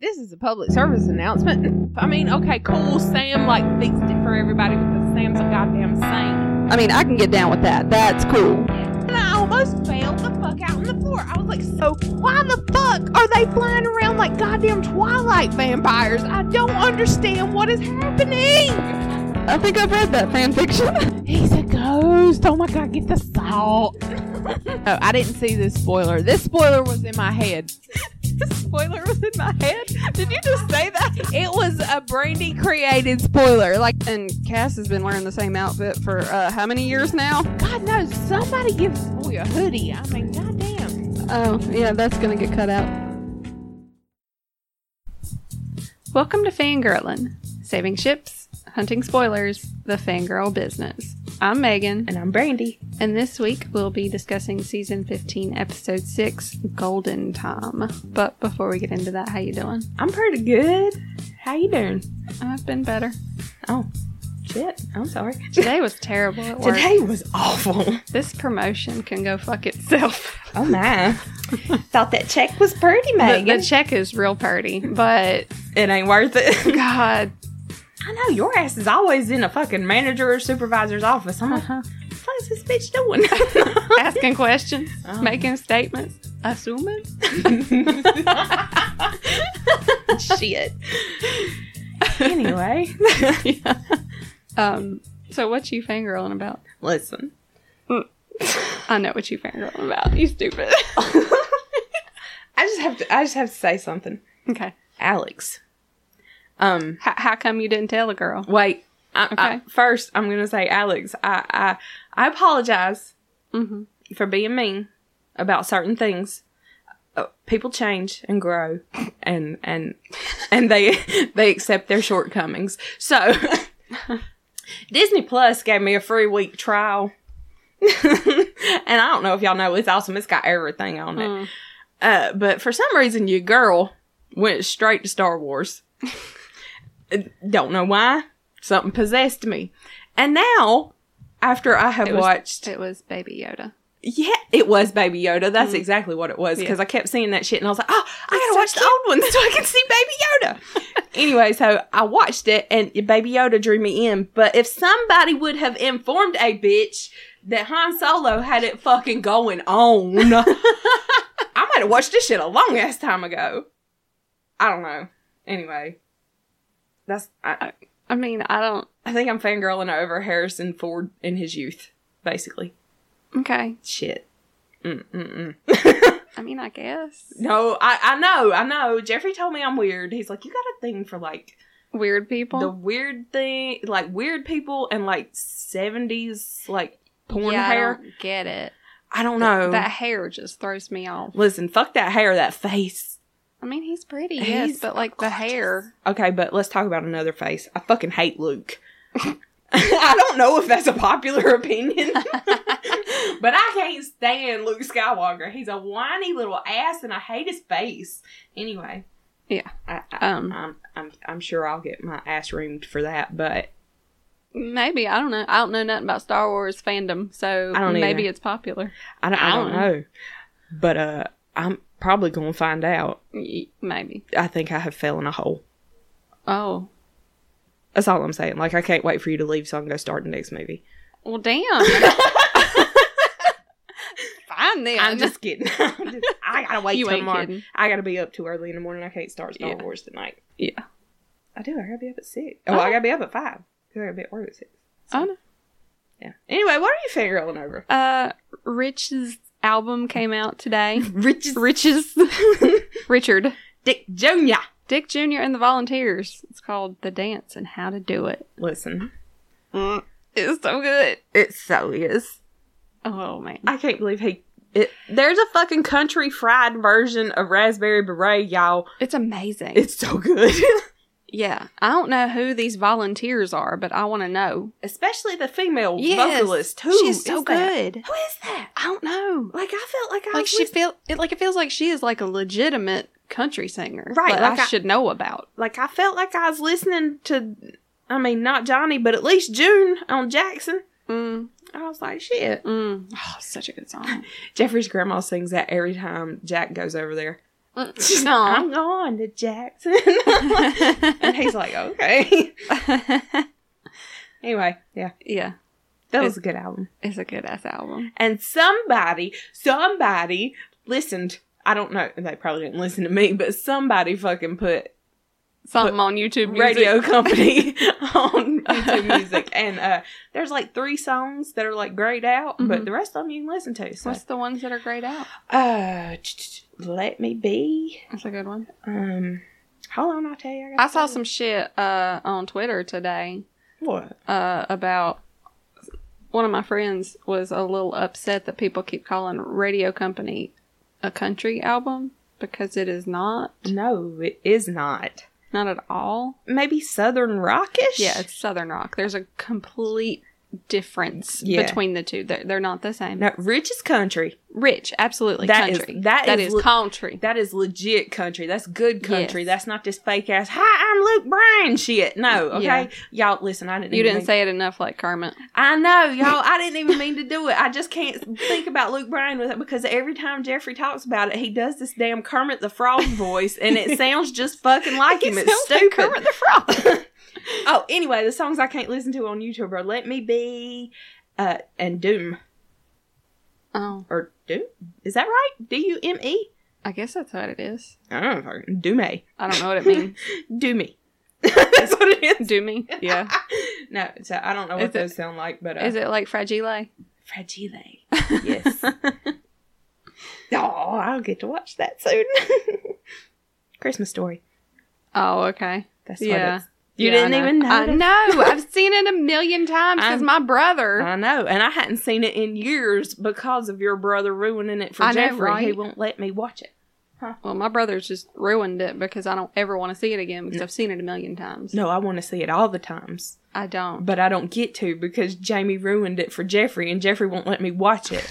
this is a public service announcement. I mean, okay, cool. Sam like fixed it for everybody because Sam's a goddamn saint. I mean, I can get down with that. That's cool. And I almost fell the fuck out on the floor. I was like, so why the fuck are they flying around like goddamn Twilight vampires? I don't understand what is happening. I think I've read that fan fiction. He's a ghost. Oh my god, get the salt. oh, I didn't see this spoiler. This spoiler was in my head. this spoiler was in my head? Did you just say that? It was a Brandy created spoiler. Like, and Cass has been wearing the same outfit for uh, how many years now? God knows, somebody give Spoy a hoodie. I mean, goddamn. Oh, yeah, that's gonna get cut out. Welcome to Fangirlin', saving ships, hunting spoilers, the fangirl business. I'm Megan, And I'm Brandy. and this week we'll be discussing season 15, episode 6, Golden Time. But before we get into that, how you doing? I'm pretty good. How you doing? I've been better. Oh, shit. I'm sorry. Today was terrible at work. was awful. This promotion can go fuck itself. Oh my. Thought that check was pretty, The, the check is real purdy, but it ain't worth it. God, I know your ass is always in a fucking manager or supervisor's office. I'm like, Uh-huh. what the fuck is this bitch doing? asking questions, Oh. making statements, assuming. Shit. Anyway, Um, so what you fangirling about? listen. I know what you fangirling about. You stupid. I just have to. I just have to say something, okay. Alex. Um. How, how come you didn't tell the girl? Wait. I, I- Okay. first, I'm gonna say, Alex. I I, I apologize Mm-hmm. for being mean about certain things. Uh, people change and grow, and and and they they accept their shortcomings. So Disney Plus gave me a free week trial, and I don't know if y'all know it's awesome. It's got everything on Mm. it. Uh, but for some reason, your girl went straight to Star Wars. don't know why. Something possessed me, and now after I have It was- watched It was Baby Yoda. yeah, it was Baby Yoda. That's exactly what it was because I kept seeing that shit and I was like, oh, I gotta watch the old ones so I can see Baby Yoda. anyway, so I watched it and Baby Yoda drew me in. But if somebody would have informed a bitch that Han Solo had it fucking going on, I might have watched this shit a long ass time ago. I don't know. Anyway, that's I, I mean, I don't. I think I'm fangirling over Harrison Ford in his youth, basically. Okay. Shit. Mm mm mm. I mean, I guess No, I, I know, I know. Jeffrey told me I'm weird. He's like, you got a thing for like weird people. the weird thing, like weird people and like 70s, like porn yeah, I hair. don't get it. I don't, know. That hair just throws me off. Listen, fuck that hair, that face. I mean, he's pretty, He's yes, but like the gorgeous. hair. Okay, but let's talk about another face. I fucking hate Luke. I don't know if that's a popular opinion, but I can't stand Luke Skywalker. He's a whiny little ass, and I hate his face. Anyway, Yeah. I, I, Um, I'm, I'm, I'm sure I'll get my ass reamed for that, but Maybe I don't know. I don't know nothing about Star Wars fandom, so I don't maybe either. it's popular. I don't, I don't know. But uh, I'm probably gonna find out. Y- Maybe. I think I have fell in a hole. Oh That's all I'm saying. Like I can't wait for you to leave so I can go start the next movie. well, damn. Fine then. I'm just kidding. I'm just- I gotta wait You till ain't tomorrow. kidding. I gotta be up too early in the morning. I can't start Star Yeah. Wars tonight. Yeah. I do. I gotta be up at six. Oh, I Oh. gotta be up at five because I gotta be at work at six. Oh, no. Yeah. Anyway, what are you fangirling over? Uh, Rich's album came out today. Rich's Rich's Richard Dick Jr. Dick Jr. and the Volunteers. It's called "The Dance and How to Do It." Listen, Mm, It's so good. it so is. Oh man. I can't believe he. It, there's a fucking country fried version of Raspberry Beret, y'all. It's amazing. It's so good. yeah. I don't know who these volunteers are, but I want to know. Especially the female Yes. vocalist. Who She's so is that? good. Who is that? I don't know. Like I felt like I Like was she feel it like it feels like she is like a legitimate country singer. Right, that like I, I- should know about. like I felt like I was listening to I mean not Johnny, but at least June on Jackson. Mm, I was like, shit. mm. Oh, such a good song. Jeffrey's grandma sings that every time Jack goes over there. Aw. I'm going to Jackson. and he's like, okay. Anyway, yeah, yeah, that was a good album. it's a good ass album. And somebody, somebody listened. I don't know. They probably didn't listen to me, but somebody fucking put Something on YouTube Music. radio company on YouTube Music, and uh, there's like three songs that are like grayed out, but Mhm. the rest of them you can listen to. So, What's the ones that are grayed out? uh, ch- ch- ch- let me be. That's a good one. Um, hold on, I'll tell you. I gotta saw find some shit uh, on Twitter today it. What? uh, about one of my friends was a little upset that people keep calling Radio Company a country album because it is not, No, it is not. not at all. Maybe Southern Rockish. Yeah, it's Southern rock. There's a complete difference Yeah. between the two. They're, they're not the same. No, rich is country. Rich, absolutely That is- country. that that is is, li- country. That is legit country. That's good country. Yes. That's not this fake ass. Hi, I'm Luke Bryan. Shit. No. Okay. Yeah. Y'all, listen. I didn't. you even didn't mean- say it enough, like Kermit. I know, y'all. I didn't even mean to do it. I just can't think about Luke Bryan with it because every time Jeffrey talks about it, he does this damn Kermit the Frog voice, and it sounds just fucking like him. He It's sounds like stupid. Kermit the Frog. oh, anyway, the songs I can't listen to on YouTube are "Let Me Be" uh, and "Doom" oh, or "Doom." Is that right? D U M E. I guess that's what it is. I don't know. fucking- Doomy. I don't know what it means. Doomy. That's what it is. Do me? Yeah. No, so I don't know Is what it- those sound like, but uh, Is it like Fragile? fragile? Yes. oh, I'll get to watch that soon. Christmas story. Oh, okay. That's Yeah. what it's. You Yeah, didn't I even know. I know. I've seen it a million times because I'm- my brother. I know, and I hadn't seen it in years because of your brother ruining it for I know, Jeffrey. He right? won't let me watch it. Well, my brother's just ruined it because I don't ever want to see it again because I've seen it a million times. No, I want to see it all the times, I don't. but I don't get to because Jamie ruined it for Jeffrey, and Jeffrey won't let me watch it.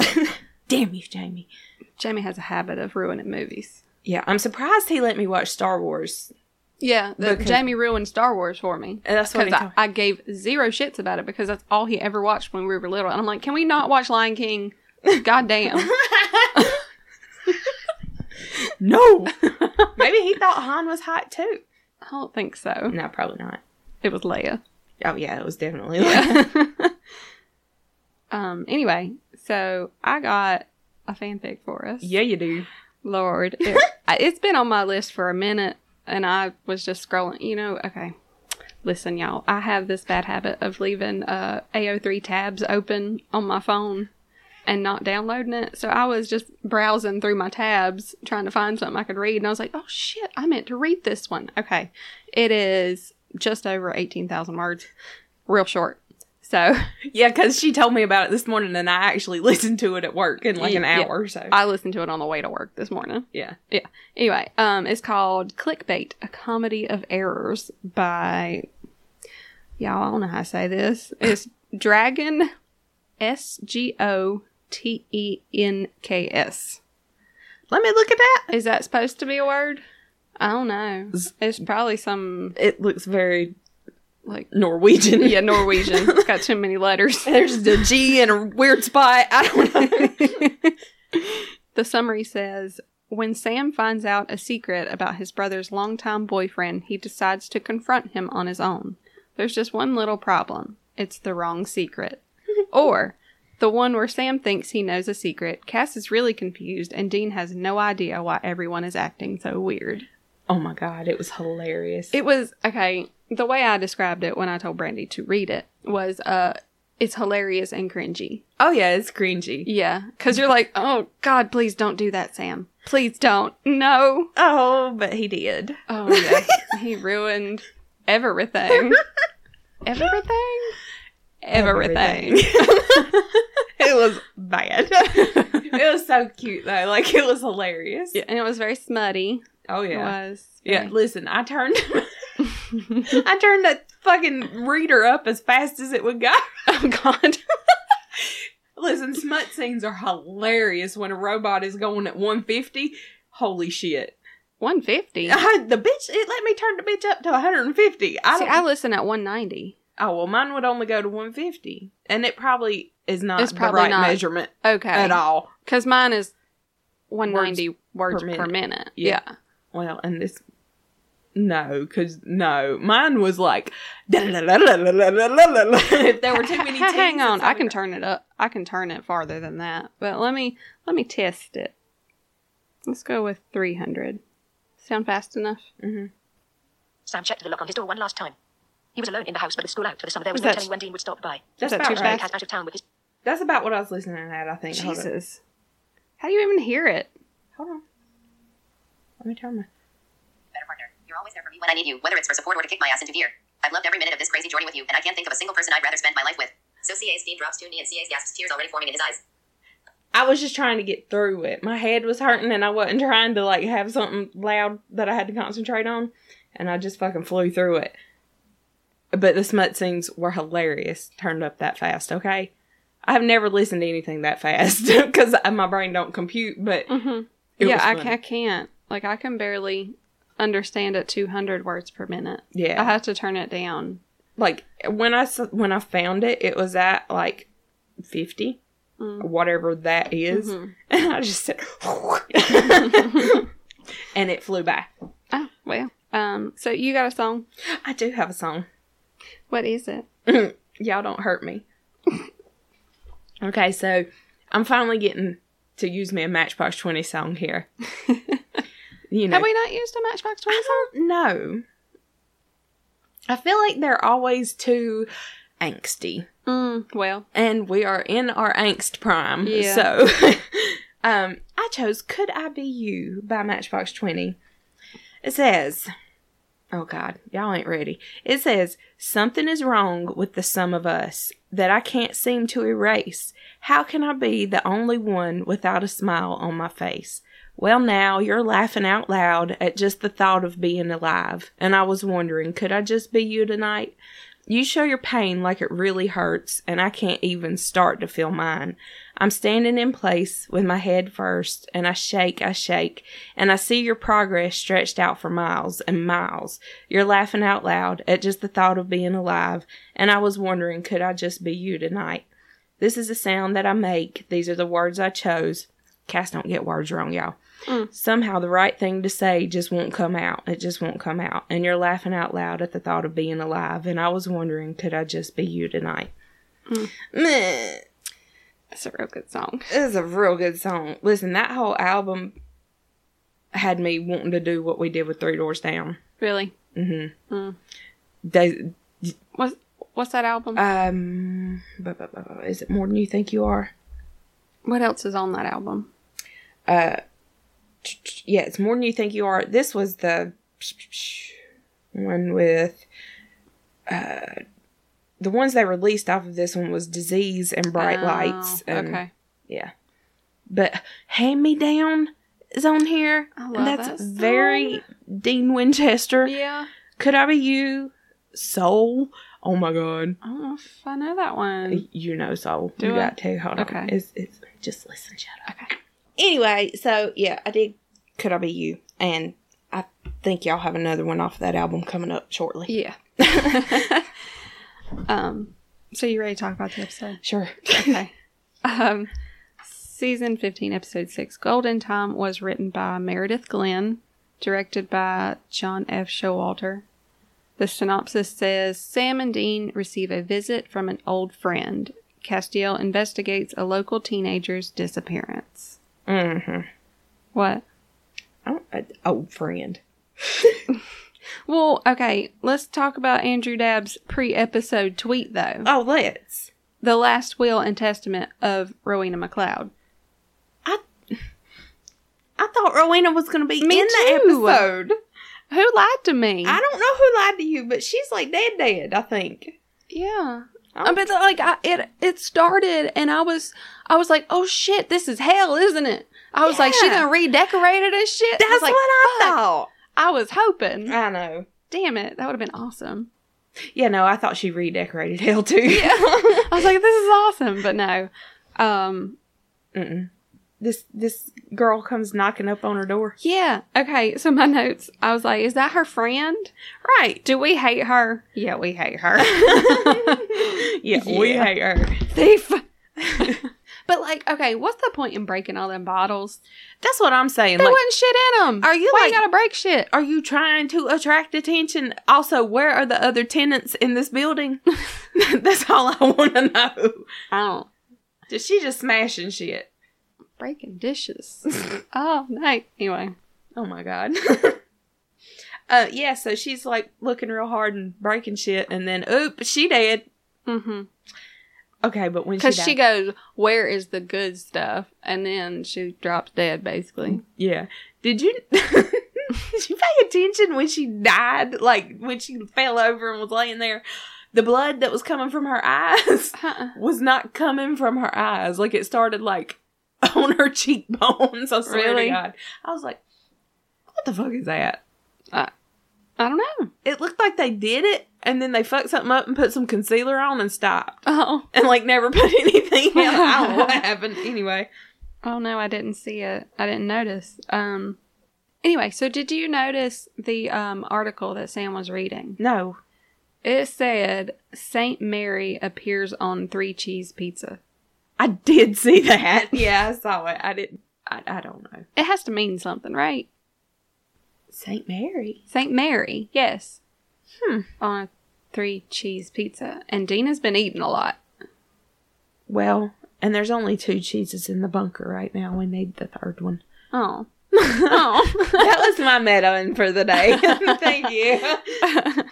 Damn you, Jamie. Jamie has a habit of ruining movies. Yeah, I'm surprised he let me watch Star Wars. Yeah, the, Because- Jamie ruined Star Wars for me. And that's what he Because told I, I gave zero shits about it because that's all he ever watched when we were little. And I'm like, can we not watch Lion King? God damn. No. Maybe he thought Han was hot too. I don't think so. No, probably not. It was Leia. Oh yeah, it was definitely. um. Anyway, so I got a fanfic for us. yeah, you do. Lord, it, I- it's been on my list for a minute, and I was just scrolling. You know, okay. Listen, y'all, I have this bad habit of leaving uh, AO3 tabs open on my phone and not downloading it. So I was just browsing through my tabs trying to find something I could read, and I was like, oh shit, I meant to read this one. Okay. It is just over 18,000 words, real short. So Yeah, because she told me about it this morning, and I actually listened to it at work in like an Yeah. hour. So I listened to it on the way to work this morning. yeah, Anyway, um, it's called Clickbait, A Comedy of Errors by, y'all, I don't know how I say this. It's Dragon S G O T E N K S. let me look at that. Is that supposed to be a word? I don't know. Z- It's probably some, It looks very like, Norwegian. yeah, Norwegian. it's got too many letters. There's the G in a weird spot. I don't know. The summary says When Sam finds out a secret about his brother's longtime boyfriend, he decides to confront him on his own. There's just one little problem it's the wrong secret. or the one where Sam thinks he knows a secret, Cass is really confused, and Dean has no idea why everyone is acting so weird. oh my god, it was hilarious. It was okay. The way I described it when I told Brandy to read it was, uh, it's hilarious and cringy. oh yeah, it's cringy. Yeah, because you're like, oh God, please don't do that, Sam. Please don't. No. Oh, but he did. Oh yeah, he ruined everything. everything. Everything. it was bad. it was so cute though. Like it was hilarious. Yeah, and it was very smutty. Oh yeah. It was. Yeah, very- listen, I turned I turned that fucking reader up as fast as it would go. oh God. Listen, smut scenes are hilarious when a robot is going at 150. Holy shit. One fifty. See, I, the bitch, it let me turn the bitch up to 150. I don't, I listen at one ninety. oh, well, mine would only go to 150. And it probably is not It's probably the right not measurement Okay. at all. Because mine is 190 words, per, minute. Yeah. Yeah. Well, and this. No, because no, mine was like. if there were too many. Ha- ha- Hang Ts, on, it's I like- can turn it up. I can turn it farther than that. But let me let me test it. Let's go with 300. Sound fast enough? Sam checked the lock on his door one last time. He was alone in the house, but with school out for the summer, there was Was no that- telling when Dean would stop by. That's that about too right. fast? Cat out of town with his. That's about what I was listening at. I think. Hold on. Jesus. How do you even hear it? Hold on. Let me turn my. Better partner. You're always there for me when I need you, whether it's for support or to kick my ass into gear. I've loved every minute of this crazy journey with you, and I can't think of a single person I'd rather spend my life with. So CA's Dean drops to me and CA's gasps, tears already forming in his eyes. I was just trying to get through it. My head was hurting, and I wasn't trying to like have something loud that I had to concentrate on, and I just fucking flew through it. But the smut scenes were hilarious. Turned up that fast, okay? I've never listened to anything that fast because my brain don't compute. But Mm-hmm. it yeah, was I, funny. ca- I can't. Like, I can barely understand at 200 words per minute. Yeah, I have to turn it down. like when I s- when I found it, it was at like fifty, Mm. whatever that is. Mhm. and I just said, and it flew by. Oh, well. Um, so you got a song. I do have a song. What is it? Y'all don't hurt me. okay, so I'm finally getting to use me a Matchbox Twenty song here. you know, Have we not used a Matchbox 20 song? I don't know. I feel like they're always too angsty. Mm, well, and we are in our angst prime. Yeah. So, um, I chose "Could I Be You" by Matchbox Twenty. It says, "Oh God, y'all ain't ready." It says, "Something is wrong with the sum of us that I can't seem to erase. How can I be the only one without a smile on my face?" Well, now you're laughing out loud at just the thought of being alive, and I was wondering, could I just be you tonight? You show your pain like it really hurts, and I can't even start to feel mine. I'm standing in place with my head first, and I shake, I shake, and I see your progress stretched out for miles and miles. You're laughing out loud at just the thought of being alive, and I was wondering, could I just be you tonight? This is the sound that I make. These are the words I chose. Cass don't get words wrong, y'all. Mm. Somehow the right thing to say just won't come out. It just won't come out. And you're laughing out loud at the thought of being alive. And I was wondering, could I just be you tonight? Meh. it's a real good song. It is a real good song. Listen, that whole album had me wanting to do what we did with Three Doors Down. Really. Mm-hmm. Mm. They, What's, what's that album? um, bu- bu- bu- bu- is it more than you think you are? what else is on that album? uh yeah it's more than you think you are this was the one with uh the ones they released off of this one was disease and bright Oh, lights and, okay. yeah but hand me down is on here I and love that's that very dean winchester Yeah. could i be you soul oh my god I don't know if I know that one. you know soul Do you I? got to hold Okay. on it's, it's just listen shut up Okay. anyway, so yeah, I did Could I Be You? And I think y'all have another one off that album coming up shortly. Yeah. um. So you ready to talk about the episode? Sure. Okay. um. Season 15, episode 6, Golden Time was written by Meredith Glenn, directed by John F. Showalter. The synopsis says Sam and Dean receive a visit from an old friend. Castiel investigates a local teenager's disappearance. Mm-hmm. What? old Oh, friend. Well, okay, let's talk about Andrew Dabb's pre episode tweet, though. Oh, let's. The last will and testament of Rowena McLeod. I thought Rowena was going to be Me in too. the episode. Who lied to me? I don't know who lied to you, but she's like dead, dead, I think. yeah. I I mean, like, I, it it started, and I was I was like, oh shit, this is hell, isn't it? I was like, she Yeah. done redecorated and shit. That's I was like, what I fuck. thought. Uh, I was hoping. I know. Damn it, that would have been awesome. Yeah, no, I thought she redecorated hell too. I was like, this is awesome, but no. Um, Mm-mm. This this girl comes knocking up on her door. yeah. Okay, so my notes. I was like, is that her friend? Right. Do we hate her? Yeah, we hate her. yeah, we Yeah. hate her. Thief. But like, okay, what's the point in breaking all them bottles? That's what I'm saying. There Like, wasn't shit in them. Are you, Why like- you gotta break shit? are you trying to attract attention? Also, where are the other tenants in this building? That's all I want to know. I don't Just she just smashing shit? breaking dishes. oh, night. Anyway, Oh my god. uh, yeah. So she's like looking real hard and breaking shit, and then oop, she dead. mm-hmm. Okay, but when she Because died, she goes, "Where is the good stuff?" and then she drops dead, basically. yeah. Did you? Did you pay attention when she died? Like when she fell over and was laying there, the blood that was coming from her eyes. Uh-uh. was not coming from her eyes. Like it started like on her cheekbones. I swear Really? to God. I was like, what the fuck is that? I don't know. It looked like they did it and then they fucked something up and put some concealer on and stopped. Oh, And like never put anything in. I don't know what happened anyway. oh no, I didn't see it. I didn't notice. Um. Anyway, so did you notice the um, article that Sam was reading? No. It said Saint Mary appears on three cheese pizza. I did see that. Yeah, I saw it. I didn't I, I don't know. It has to mean something, right? Saint Mary. Saint Mary, yes. Hmm. On a three cheese pizza, and Dina's been eating a lot. Well, and there's only two cheeses in the bunker right now. We need the third one. Oh, oh. that was my meta for the day. Thank you.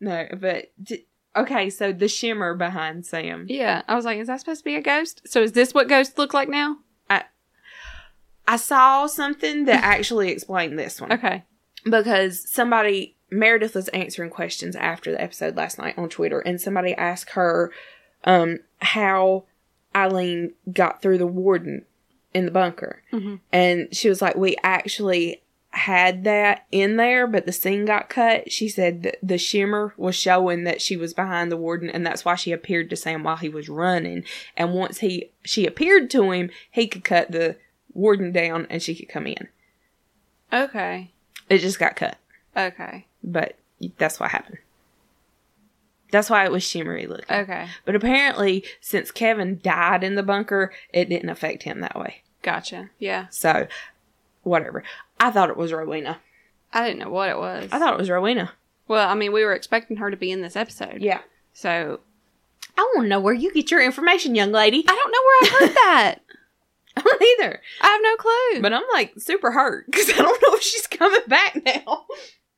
no, but d- okay. So the shimmer behind Sam. yeah, I was like, is that supposed to be a ghost? So is this what ghosts look like now? I saw something that actually explained this one Okay. because somebody Meredith was answering questions after the episode last night on Twitter, and somebody asked her um, how Eileen got through the warden in the bunker, Mhm. and she was like, "We actually." Had that in there, but the scene got cut. She said that the shimmer was showing that she was behind the warden, and that's why she appeared to Sam while he was running. And once he she appeared to him, he could cut the warden down, and she could come in. Okay. It just got cut Okay. but that's what happened. That's why it was shimmery looking. Okay. But apparently, since Kevin died in the bunker, it didn't affect him that way. Gotcha. Yeah. So, whatever. I thought it was Rowena. I didn't know what it was. I thought it was Rowena. well, I mean, we were expecting her to be in this episode. Yeah. So I want to know where you get your information, young lady. I don't know where I heard that. I don't either. I have no clue. But I'm like super hurt because I don't know if she's coming back now.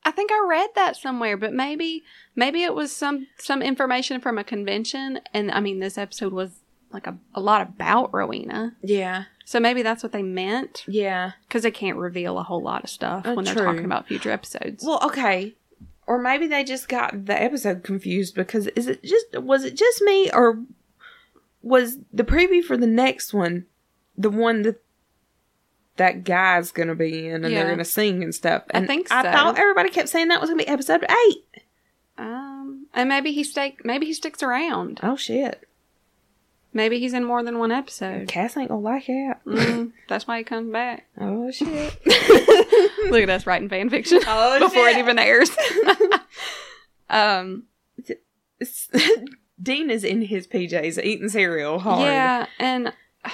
I think I read that somewhere, but maybe maybe it was some some information from a convention and I mean this episode was like a, a lot about Rowena. Yeah. So maybe that's what they meant Yeah. cuz they can't reveal a whole lot of stuff Uh, when they're true. talking about future episodes. Well, okay. Or maybe they just got the episode confused because is it just was it just me or was the preview for the next one the one that that guy's gonna be in and Yeah. they're gonna sing and stuff? I And think I so. thought everybody kept saying that was gonna be episode eight. um and maybe he stay maybe he sticks around. Oh shit, Maybe he's in more than one episode. Cass ain't gonna like that. Mm, that's why he comes back. Oh shit. Look at us writing fan fiction Hmm. oh before it even airs. um even. Dean is in his PJs eating cereal hard. Yeah, and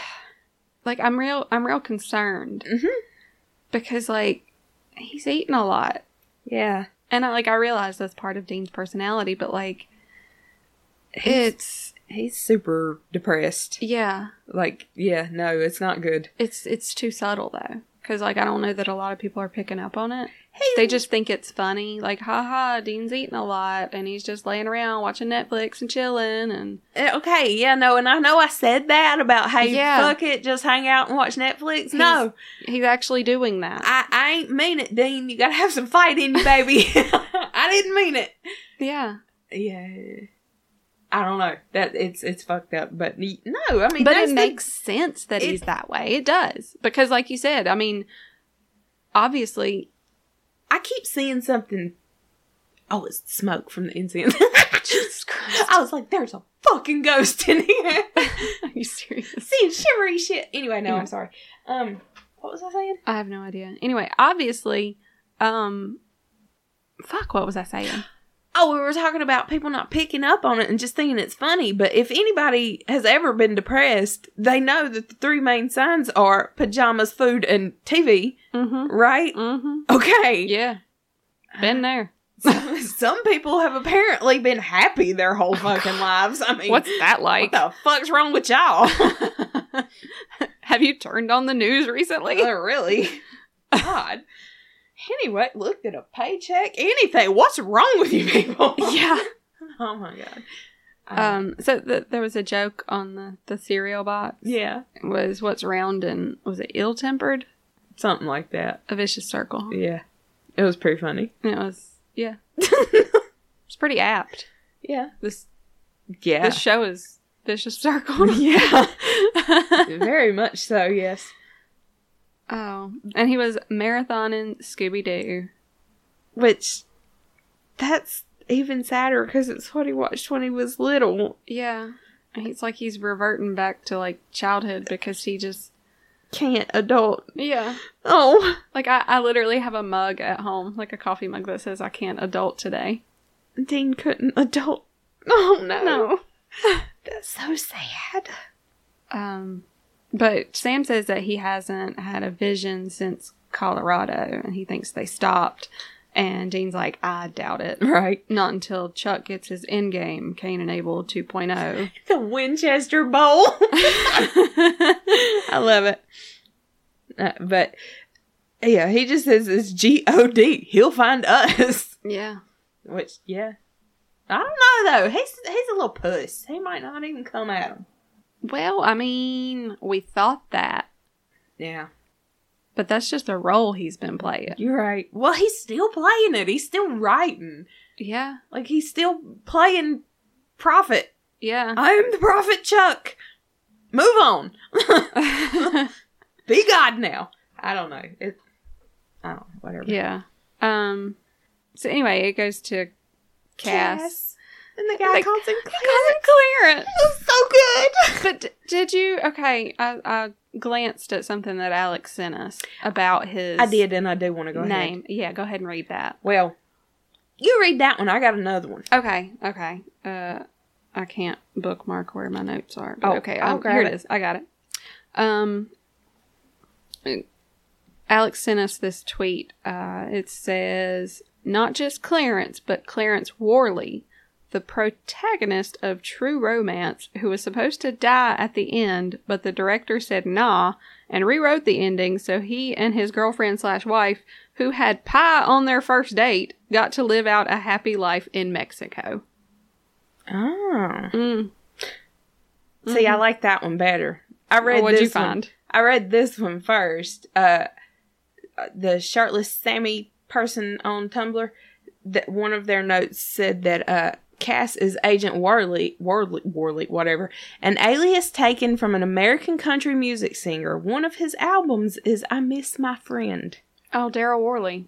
like I'm real I'm real concerned Mhm. because like he's eating a lot, yeah. and I like I realize that's part of Dean's personality, but like it's He's super depressed. yeah, Like, yeah, no, it's not good. it's it's too subtle though, because like I don't know that a lot of people are picking up on it. He's They just think it's funny, like haha, Dean's eating a lot, and he's just laying around watching Netflix and chilling, and Uh, Okay, yeah, no, and I know I said that about hey, Yeah. fuck it, just hang out and watch Netflix. no, he's actually doing that. I, I ain't mean it, Dean. You gotta have some fight in you, baby. I didn't mean it. yeah, Yeah, I don't know. That it's it's fucked up, but y- no, I mean, but those it things- makes sense that it- he's that way. It does because, like you said, I mean, obviously, I keep seeing something. Oh, it's smoke from the incense. Jesus Christ, I was like, there's a fucking ghost in here. are you serious? Seeing shimmery shit. Anyway, no, Yeah. I'm sorry. Um, what was I saying? I have no idea. Anyway, obviously, um, fuck, what was I saying? Oh, we were talking about people not picking up on it and just thinking it's funny. But if anybody has ever been depressed, they know that the three main signs are pajamas, food, and TV, Mm-hmm. right? Mm-hmm. Okay. Yeah. Uh, Been there. Some people have apparently been happy their whole fucking lives. I mean, Oh, What's that like? what the fuck's wrong with y'all? Have you turned on the news recently? Oh, really? God. Anyway, looked at a paycheck, anything. What's wrong with you people? yeah. Oh my god. Um, Um, so th- there was a joke on the, the cereal box. yeah, It was what's round and was it ill tempered? something like that. A vicious circle. Yeah, it was pretty funny. And it was, yeah. it's pretty apt. Yeah, This yeah, this show is vicious circle. yeah. Very much so. Yes. oh, and he was marathoning Scooby Doo. Which, that's even sadder because it's what he watched when he was little. Yeah. And It's like he's reverting back to like childhood because he just Can't adult. yeah. Oh, Like I, I literally have a mug at home, like a coffee mug that says I can't adult today. Dean couldn't adult. Oh no. That's so sad. Um, but Sam says that he hasn't had a vision since Colorado, and he thinks they stopped. And Dean's like, I doubt it. Right. Not until Chuck gets his end game, Cain and Abel oh. 2.0. The Winchester Bowl. I love it. Uh, but yeah, he just says it's G O D. He'll find us. Yeah. Which yeah, I don't know though. He's he's a little puss. He might not even come at him. Well, I mean, we thought that, Yeah, but that's just a role he's been playing. you're right. Well, he's still playing it. He's still writing. Yeah. Like he's still playing prophet. Yeah. I am the prophet Chuck. Move on. Be God now. I don't know. It. I don't know. Whatever. yeah. Um, so anyway, it goes to Cass. And the guy Like, calls him Clarence. so good. But d- did you? Okay, I, I glanced at something that Alex sent us about his. I did, and I do want to go name. ahead. Yeah, go ahead and read that. Well, you read that one. I got another one. Okay, okay. Uh, I can't bookmark where my notes are. But Oh, okay, I'll um, grab here it. it is. I got it. Um, Alex sent us this tweet. Uh, it says, "Not just Clarence, but Clarence Worley." The protagonist of True Romance, who was supposed to die at the end, but the director said nah and rewrote the ending so he and his girlfriend slash wife, who had pie on their first date, got to live out a happy life in Mexico. Oh. Mm. Mm-hmm. See, I like that one better. I read what'd you this one- find? I read this one first. Uh, uh, the shirtless Sammy person on Tumblr. That one of their notes said that uh, Cass is Agent Warley, Warley, Warley, whatever, an alias taken from an American country music singer. One of his albums is "I Miss My Friend." Oh, Daryl Worley.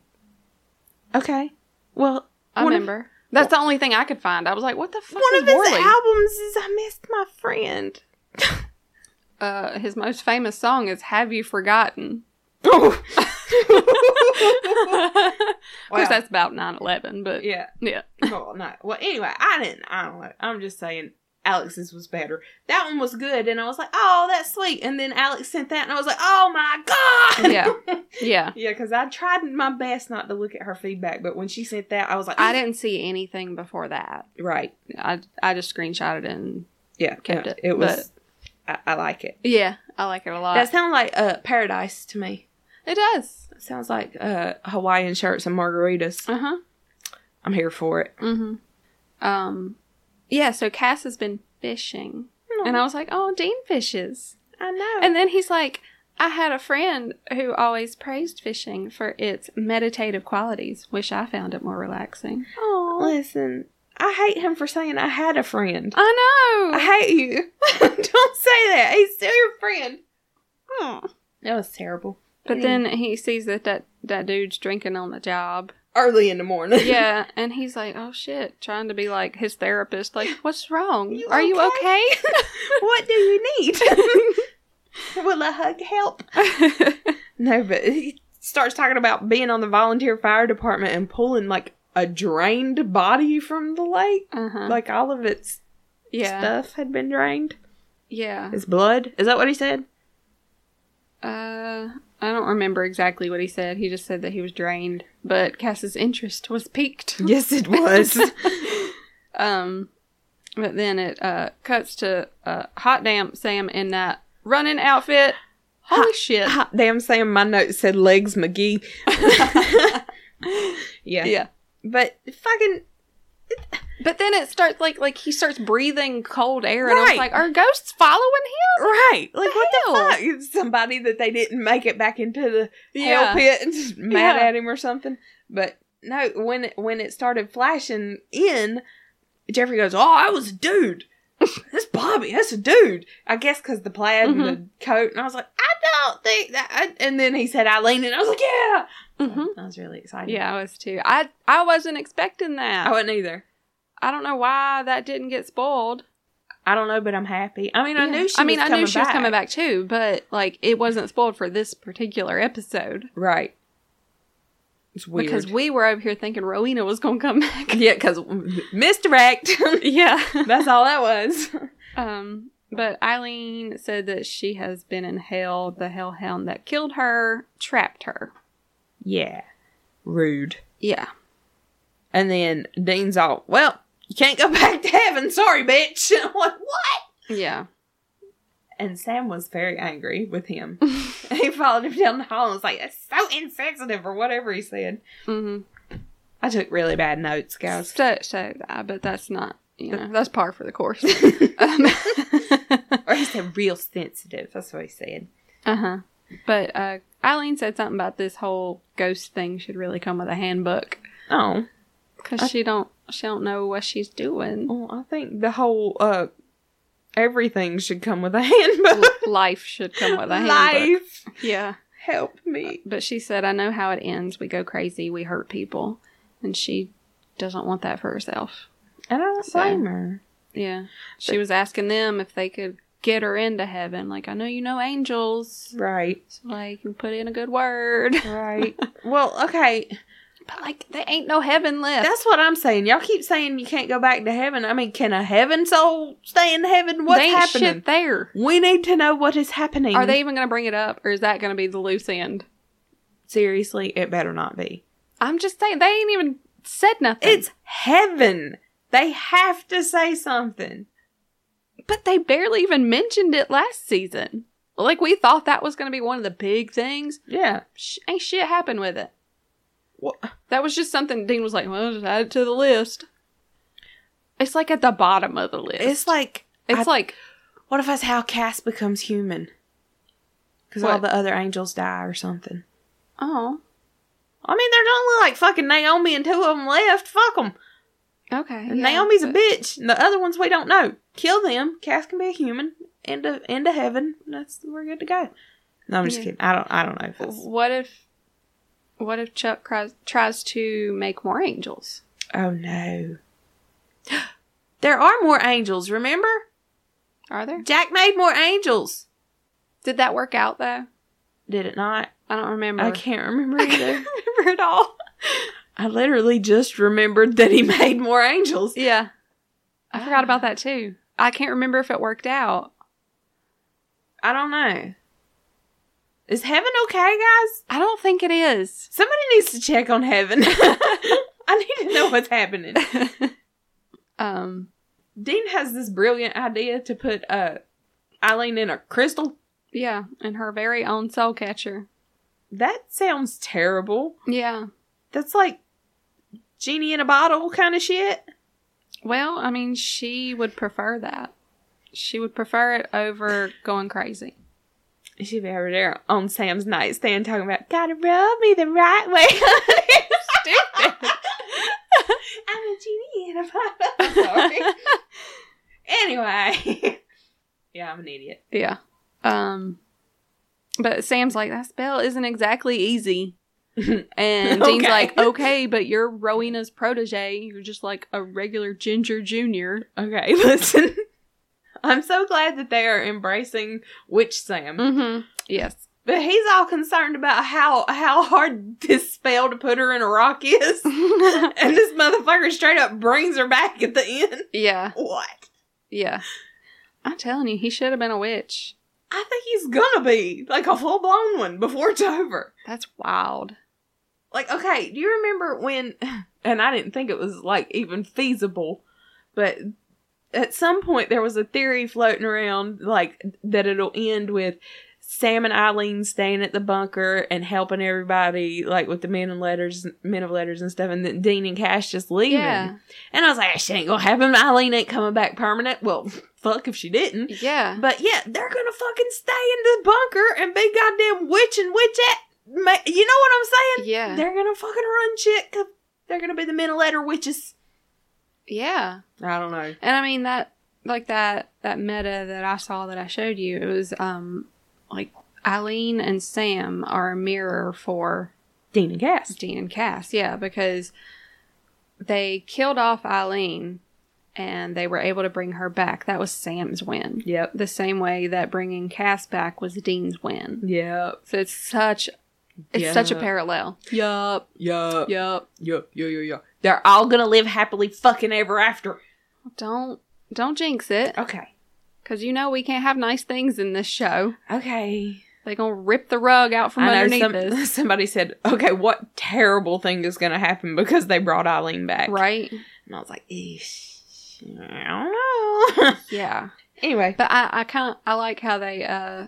Okay, well, I one of- remember. That's the only thing I could find. I was like, what the fuck one is of his Worley? albums is "I Missed My Friend." uh, his most famous song is Have You Forgotten? Oh, Of course, Wow. that's about 9-11, but yeah. yeah. Oh no. Well, anyway, I didn't. I don't know. I'm just saying Alex's was better. That one was good, and I was like, "Oh, that's sweet." And then Alex sent that, and I was like, "Oh my god!" Yeah. Yeah. yeah. Because I tried my best not to look at her feedback, but when she sent that, I was like, "Mm, I didn't see anything before that. Right. I, I just screenshotted it and... Yeah. Kept yeah, it, It was. I, I like it. Yeah, I like it a lot. That sounds like uh, paradise to me. it does. It sounds like uh, Hawaiian shirts and margaritas. Uh-huh. I'm here for it. Mm-hmm. Um, yeah, so Cass has been fishing. And I was like, oh, Dean fishes. I know. And then he's like, I had a friend who always praised fishing for its meditative qualities. Wish I found it more relaxing. Oh, listen, I hate him for saying I had a friend. I know. I hate you. Don't say that. He's still your friend. Mm. That was terrible. But then he sees that, that that dude's drinking on the job. Early in the morning. Yeah, and he's like, "Oh shit!" Trying to be like his therapist, like, "What's wrong? You Are you okay?" what do you need? Will a hug help? No, but he starts talking about being on the volunteer fire department and pulling like a drained body from the lake. Uh huh. Like all of its yeah. stuff had been drained. Yeah. His blood. Is that what he said? Uh, I don't remember exactly what he said. He just said that he was drained, but Cass's interest was piqued. Yes, it was. Um, but then it uh cuts to uh hot damn Sam in that running outfit. Holy shit! Hot damn, Sam. My note said legs McGee. yeah. yeah. But fucking. But then it starts like like he starts breathing cold air, and I was Right. like, "Are ghosts following him?" Right. Like, what hell? the fuck? It's somebody that they didn't make it back into the Yeah. hell pit and just mad Yeah. at him or something. But no, when it, when it started flashing in, Jeffrey goes, Oh, I was a dude. That's Bobby. That's a dude. I guess because the plaid Mm-hmm. and the coat. And I was like, I don't think that. I-" and then he said Eileen, and I was like, Yeah. Mm-hmm. I was really excited. Yeah, I was too. I I wasn't expecting that. I wasn't either. I don't know why that didn't get spoiled. I don't know, but I'm happy. I mean, I Yeah. knew she. I mean, was I coming knew she was back. coming back too, but like it wasn't spoiled for this particular episode Right. It's weird. because we were over here thinking Rowena was gonna come back. yeah, because misdirect. yeah. That's all that was. Um, but Eileen said that she has been in hell. The hellhound that killed her trapped her. Yeah. Rude. Yeah. And then Dean's all, well, you can't go back to heaven. Sorry, bitch. I'm like, what? Yeah. And Sam was very angry with him. he followed him down the hall and was like, that's so insensitive or whatever he said. Mm-hmm. I took really bad notes, guys. So, so, uh, but that's not, you know, that's par for the course. um, or he said real sensitive. That's what he said. uh huh. But uh, Eileen said something about this whole ghost thing should really come with a handbook Oh. because she don't she don't know what she's doing. Well, I think the whole uh everything should come with a handbook. Life should come with a handbook. Oh. Life, Yeah. help me. But she said, I know how it ends. We go crazy. We hurt people. And she doesn't want that for herself. And I don't So- blame her. Yeah. She was asking them if they could get her into heaven. Like, I know you know angels. Right, So, like, you can put in a good word. right. well, okay. But, like, there ain't no heaven left. That's what I'm saying. Y'all keep saying you can't go back to heaven. I mean, can a heaven soul stay in heaven? What's There ain't happening? Mm-hmm. shit there. We need to know what is happening. Are they even going to bring it up? Or is that going to be the loose end? seriously? It better not be. I'm just saying, they ain't even said nothing. It's heaven. They have to say something. But they barely even mentioned it last season. Like, we thought that was going to be one of the big things. Yeah. Sh- ain't shit happened with it. What? That was just something Dean was like, well, just add it to the list. It's like at the bottom of the list. It's like it's I- like What if that's how Cass becomes human? Because all What? the other angels die or something. oh I mean, there's only like fucking Naomi and two of them left. Fuck them. okay. And yeah, Naomi's a but- bitch. And the other ones we don't know. Kill them. Cass can be a human. Into into heaven. That's we're good to go. No, I'm just Yeah. Oh. kidding. I don't I don't know if it's What if what if Chuck cries, tries to make more angels? Oh no. There are more angels, remember? Are there? Jack made more angels. Did that work out though? Did it not? I don't remember. I can't remember either. remember at all. I literally just remembered that he made more angels. Yeah, I forgot about that too. I can't remember if it worked out. I don't know. Is heaven okay, guys? I don't think it is. Somebody needs to check on heaven. I need to know what's happening. um. Dean has this brilliant idea to put uh, Eileen in a crystal. Yeah, and her very own soul catcher. That sounds terrible. Yeah. That's like genie in a bottle kind of shit. Well, I mean, she would prefer that. She would prefer it over going crazy. She'd be over there on Sam's nightstand talking about, gotta rub me the right way. Stupid. I'm a genie in a bottle. I'm sorry. Anyway. yeah, I'm an idiot. yeah. Um but Sam's like that spell isn't exactly easy. and Dean's Okay. like, "Okay, but you're Rowena's protege. You're just like a regular ginger junior." Okay, listen. Mm. I'm so glad that they are embracing Witch Sam. Mhm. Yes. But he's all concerned about how how hard this spell to put her in a rock is. and this motherfucker straight up brings her back at the end. yeah, What? yeah. I'm telling you, he should have been a witch. I think he's gonna be like a full blown one before it's over. That's wild. Like, okay, do you remember when? And I didn't think it was like even feasible, but at some point there was a theory floating around like that it'll end with Sam and Eileen staying at the bunker and helping everybody, like with the men and letters, men of letters and stuff, and then Dean and Cash just leaving. Yeah, And I was like, "Ah, shit ain't gonna happen. Eileen ain't coming back permanent. Well, fuck if she didn't. yeah, But yeah, they're gonna fucking stay in the bunker and be goddamn witch and witch at. Ma- you know what I'm saying? yeah, They're gonna fucking run shit. they they're gonna be the middle letter witches. yeah. I don't know. And I mean that like that that meta that I saw that I showed you, it was um like Eileen and Sam are a mirror for Dean and Cass. Dean and Cass, yeah, because they killed off Eileen and they were able to bring her back. That was Sam's win. Yep. The same way that bringing Cass back was Dean's win. Yep. So it's such it's such a Yeah. parallel. Yup. Yup. Yep. Yup. Yup. Yup. Yup. They're all gonna live happily fucking ever after. Don't don't jinx it, Okay. because you know we can't have nice things in this show. Okay. They're gonna rip the rug out from I know underneath some- us, somebody said, okay, what terrible thing is gonna happen because they brought Eileen back? right? And I was like, "Eesh, I don't know. Yeah, anyway. but I, I kind of I like how they uh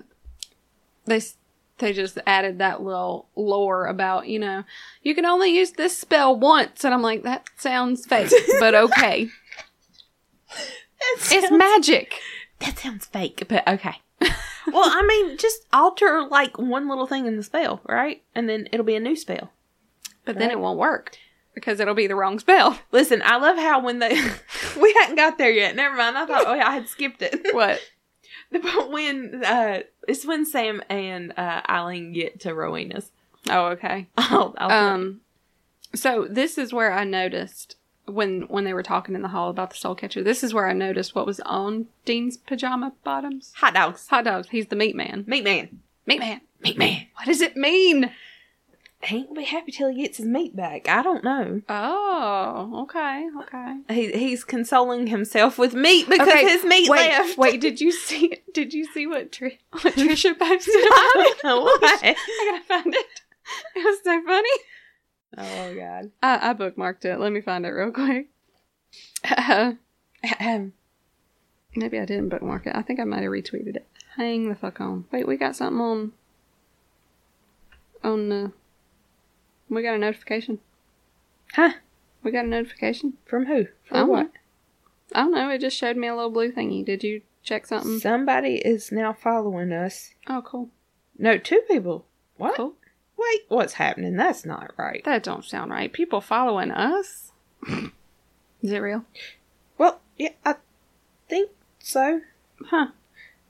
they s- they just added that little lore about you know you can only use this spell once, and I'm like that sounds fake, but okay, it's magic. that sounds fake, but okay. well, I mean, just alter like one little thing in the spell, right? And then it'll be a new spell. But then Right. it won't work because it'll be the wrong spell. Listen, I love how when they we hadn't got there yet. Never mind. I thought oh, yeah, I had skipped it. What? but when uh, it's when Sam and uh, Eileen get to Rowena's. Oh, okay. I'll, I'll Um, so this is where I noticed when when they were talking in the hall about the soul catcher. This is where I noticed what was on Dean's pajama bottoms. hot dogs, Hot dogs. He's the meat man. meat man, Meat man. meat man. What does it mean? He ain't gonna be happy till he gets his meat back. I don't know. Oh, okay, okay. He, he's consoling himself with meat because Okay, his meat wait, left. wait. Did you see? Did you see what, Tri- what Trisha posted? I About it? don't know why. I gotta find it. It was so funny. Oh God. I, I bookmarked it. Let me find it real quick. Uh, Um, Maybe I didn't bookmark it. I think I might have retweeted it. Hang the fuck on. Wait, we got something on. On the. We got a notification. Huh? We got a notification. From who? From I don't what? know. I don't know. It just showed me a little blue thingy. Did you check something? Somebody is now following us. Oh, cool. No, two people. What? Cool. Wait, what's happening? That's not right. That don't sound right. People following us. Is it real? Well, yeah, I think so. Huh.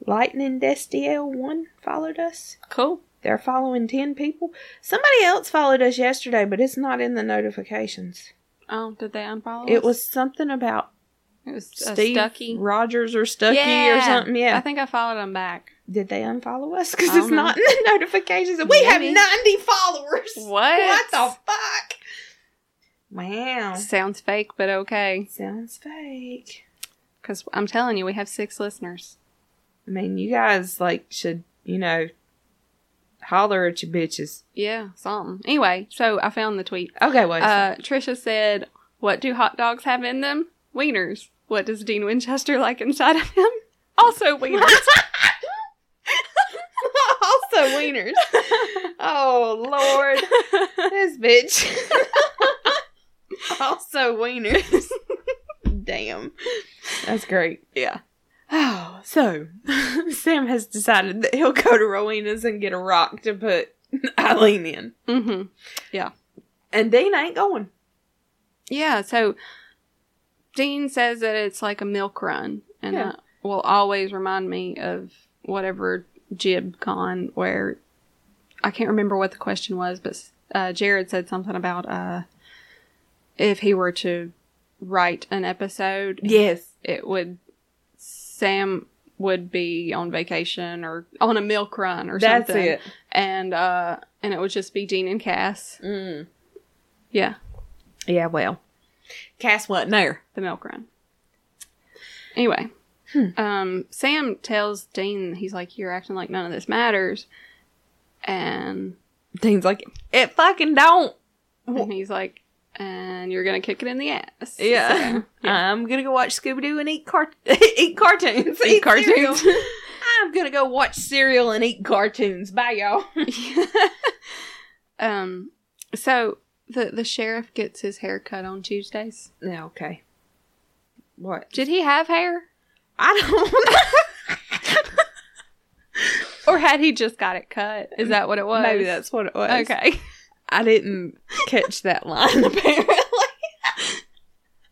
Lightning Destiel one followed us. Cool. They're following ten people. Somebody else followed us yesterday, but it's not in the notifications. Oh, did they unfollow? us? It was something about It was uh, Steve Stucky. Rogers or Stucky or something. Yeah. I think I followed them back. Did they unfollow us? Because I don't it's know. not in the notifications. And we have Maybe. ninety followers. What? What the fuck? Wow. Sounds fake, but okay. Sounds fake. Because I'm telling you, we have six listeners. I mean, you guys like should you know holler at your bitches. Yeah, something. Anyway, so I found the tweet. Okay, wait. Uh, Trisha said, What do hot dogs have in them? Wieners. What does Dean Winchester like inside of him? Also wieners. also wieners. oh Lord, this bitch. also wieners. Damn, that's great. yeah. Oh, so Sam has decided that he'll go to Rowena's and get a rock to put Eileen in, Mm-hmm. and Dean ain't going. Yeah, so Dean says that it's like a milk run, and Yeah. that will always remind me of whatever jib con where I can't remember what the question was, but uh, Jared said something about uh, if he were to write an episode, Yes. it would Sam would be on vacation or on a milk run or That's something. it. And uh and it would just be Dean and Cass. Mm. Yeah, Yeah, well, Cass wasn't there. the milk run. Anyway, um Sam tells Dean he's like you're acting like none of this matters. And Dean's like, it fucking don't. and he's like and you're going to kick it in the ass. Yeah. So, yeah. I'm gonna go watch Scooby Doo and eat cart eat cartoons. Eat cereal. cartoons. I'm gonna go watch cereal and eat cartoons. Bye y'all. um so the the sheriff gets his hair cut on Tuesdays. Yeah, okay. What? Did he have hair? I don't know. Or had he just got it cut? Is that what it was? Maybe that's what it was. okay. I didn't catch that line apparently.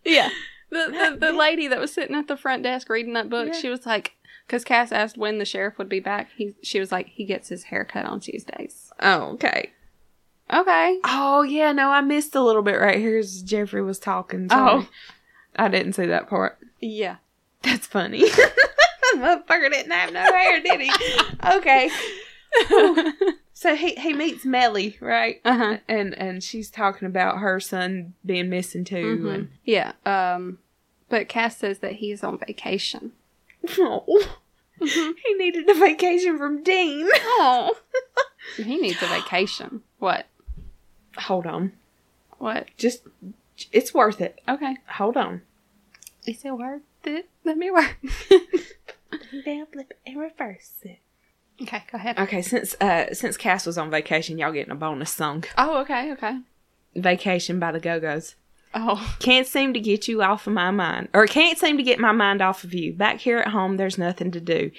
Yeah. The, the the lady that was sitting at the front desk reading that book, she was like, because Cass asked when the sheriff would be back. He she was like, he gets his hair cut on Tuesdays. Oh, okay. Okay. Oh yeah, no, I missed a little bit right here as Jeffrey was talking. Sorry. Oh. I didn't see that part. Yeah. That's funny. Motherfucker didn't have no hair, did he? Okay. So he he meets Melly, right? Uh huh. And and she's talking about her son being missing too. And Mm-hmm. Yeah. Um, but Cass says that he's on vacation. oh, he needed a vacation from Dean. Oh. he needs a vacation. What? Hold on, What? just it's worth it. Okay. Hold on. Is it worth it? Let me work. Down, flip it, and reverse it. okay. Go ahead. Okay, since uh since Cass was on vacation, y'all getting a bonus song, Oh. Okay. Okay. "Vacation" by the Go Go's. Oh. Can't seem to get you off of my mind, or can't seem to get my mind off of you. Back here at home, there's nothing to do.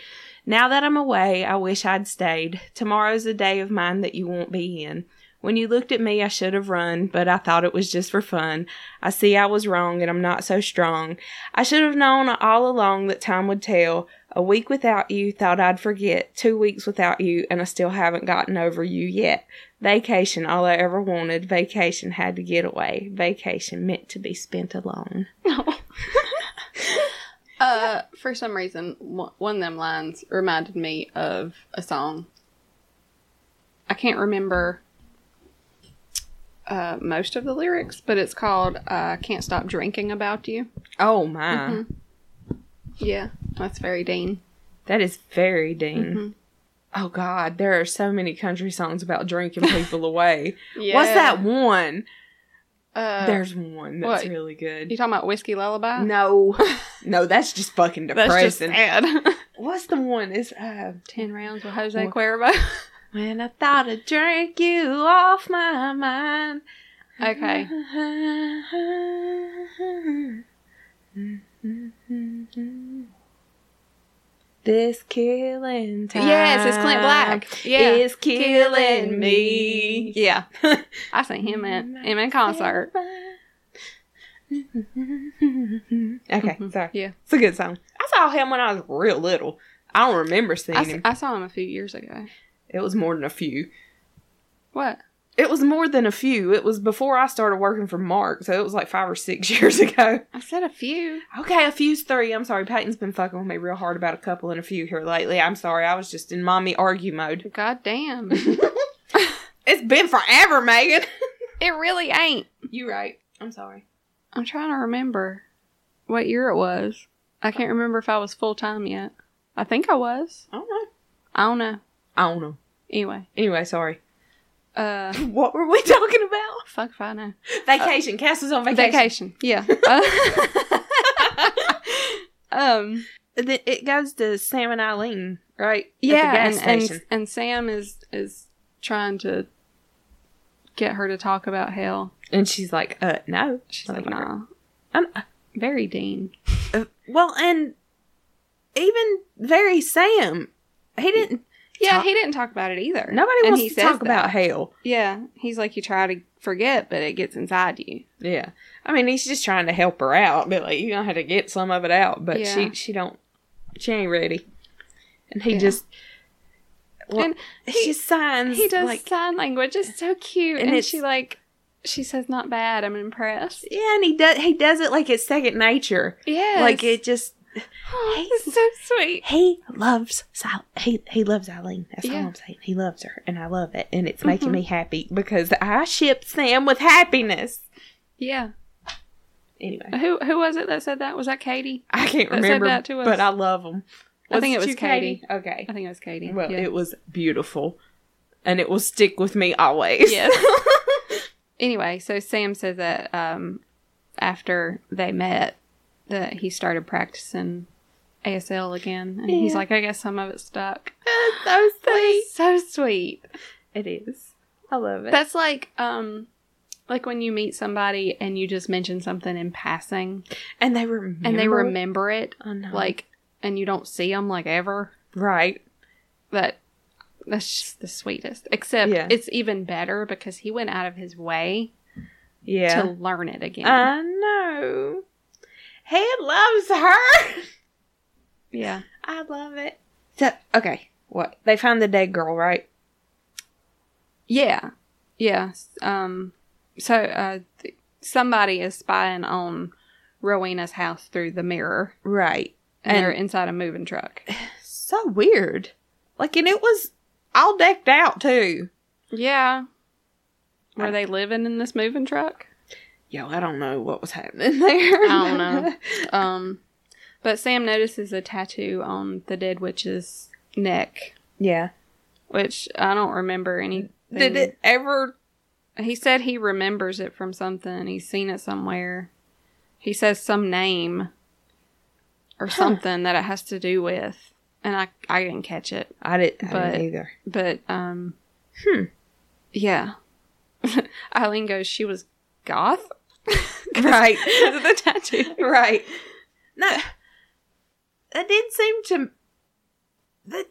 Now that I'm away, I wish I'd stayed. Tomorrow's a day of mine that you won't be in. When you looked at me, I should have run, but I thought it was just for fun. I see I was wrong and I'm not so strong. I should have known all along that time would tell. A week without you, thought I'd forget. Two weeks without you, and I still haven't gotten over you yet. Vacation, all I ever wanted. Vacation had to get away. Vacation meant to be spent alone. Uh, for some reason, one one of them lines reminded me of a song. I can't remember uh, most of the lyrics, but it's called uh, "Can't Stop Drinking About You." Oh my. Yeah, that's very Dean. That is very Dean. Oh God, there are so many country songs about drinking people away. What's that one? Uh, There's one that's what? really You good. talking about whiskey lullaby? No, no, that's just fucking that's depressing. just sad. What's the one? It's uh, Ten rounds with Jose What? Cuervo. when I thought I drank you off my mind. okay, This killing time. yes, it's Clint Black. Yeah, Is killing me. Yeah, I seen him at him in concert. Okay, sorry. Mm-hmm. Yeah. It's a good song. I saw him when I was real little. I don't remember seeing I, s- him. I saw him a few years ago. it was more than a few. What? It was more than a few. It was before I started working for Mark, so it was like five or six years ago. I said a few. Okay, a few's three. I'm sorry. Peyton's been fucking with me real hard about a couple and a few here lately. I'm sorry. I was just in mommy argue mode. God damn. It's been forever, Megan. it really ain't. You right. I'm sorry. I'm trying to remember what year it was. I can't remember if I was full time yet. I think I was. I don't know. I don't know. I don't know. Anyway, Anyway, sorry. uh, What were we talking about? fuck if I know. Vacation. Cass was on vacation. Vacation. Yeah. Uh, um. Th- It goes to Sam and Eileen, right? At the Yeah. gas and, and station. and Sam is is trying to get her to talk about hell. And, she's like, uh, no. She's like, Motherfucker. nah. I'm- uh, Very Dean. well, and even very Sam, he didn't. Yeah, Talk- he didn't talk about it either. Nobody And wants he to says talk that. about hell. Yeah, he's like you try to forget, but it gets inside you. Yeah, I mean, he's just trying to help her out, but like, you gonna have to get some of it out. But Yeah. she, she don't, she ain't ready. And he Yeah. just, well, And he just signs. He does like, sign language. It's so cute, And and, it's- she like she says, "Not bad. I'm impressed." yeah, and he does. He does it like it's second nature. Yeah, Like it just, He's so sweet. he loves Sil- he he loves Eileen. That's all Yeah. Mm-hmm. I'm saying. He loves her, and I love it, and it's making me happy because I ship Sam with happiness. Yeah. Anyway, Who who was it that said that? Was that Katie? I can't That said remember, that to us. but I love them. I think it was Katie. Okay. I think it was Katie. Well, yeah. it was beautiful, and it will stick with me always. Yes. anyway, so Sam says that um, after they met, that he started practicing ASL again, and he's Yeah. like, I guess some of it stuck. That's so sweet. So sweet. It is. I love it. That's like um, like when you meet somebody and you just mention something in passing, and they remember. Oh, and they remember it, I know. like, and you don't see them like ever. right. That that's just the sweetest. Except Yeah. it's even better because he went out of his way Yeah. Uh, to learn it again. I know. He loves her. yeah. I love it. So okay, what they found the dead girl, right? Yeah, yeah. S- Um, so uh, th- somebody is spying on Rowena's house through the mirror, Right. and, And- they're inside a moving truck. So weird. Like, and it was all decked out too. Yeah, were they living in this moving truck? Yo, I don't know what was happening there. I don't know. Um, but Sam notices a tattoo on the dead witch's neck, yeah. which I don't remember anything. Did it ever? He said he remembers it from something. He's seen it somewhere. He says some name or something that it has to do with, and I I didn't catch it. I didn't, I But- didn't either. But um, Hmm. yeah. Eileen goes. She was goth. Right. Because of the tattoo. right. No, that did seem to that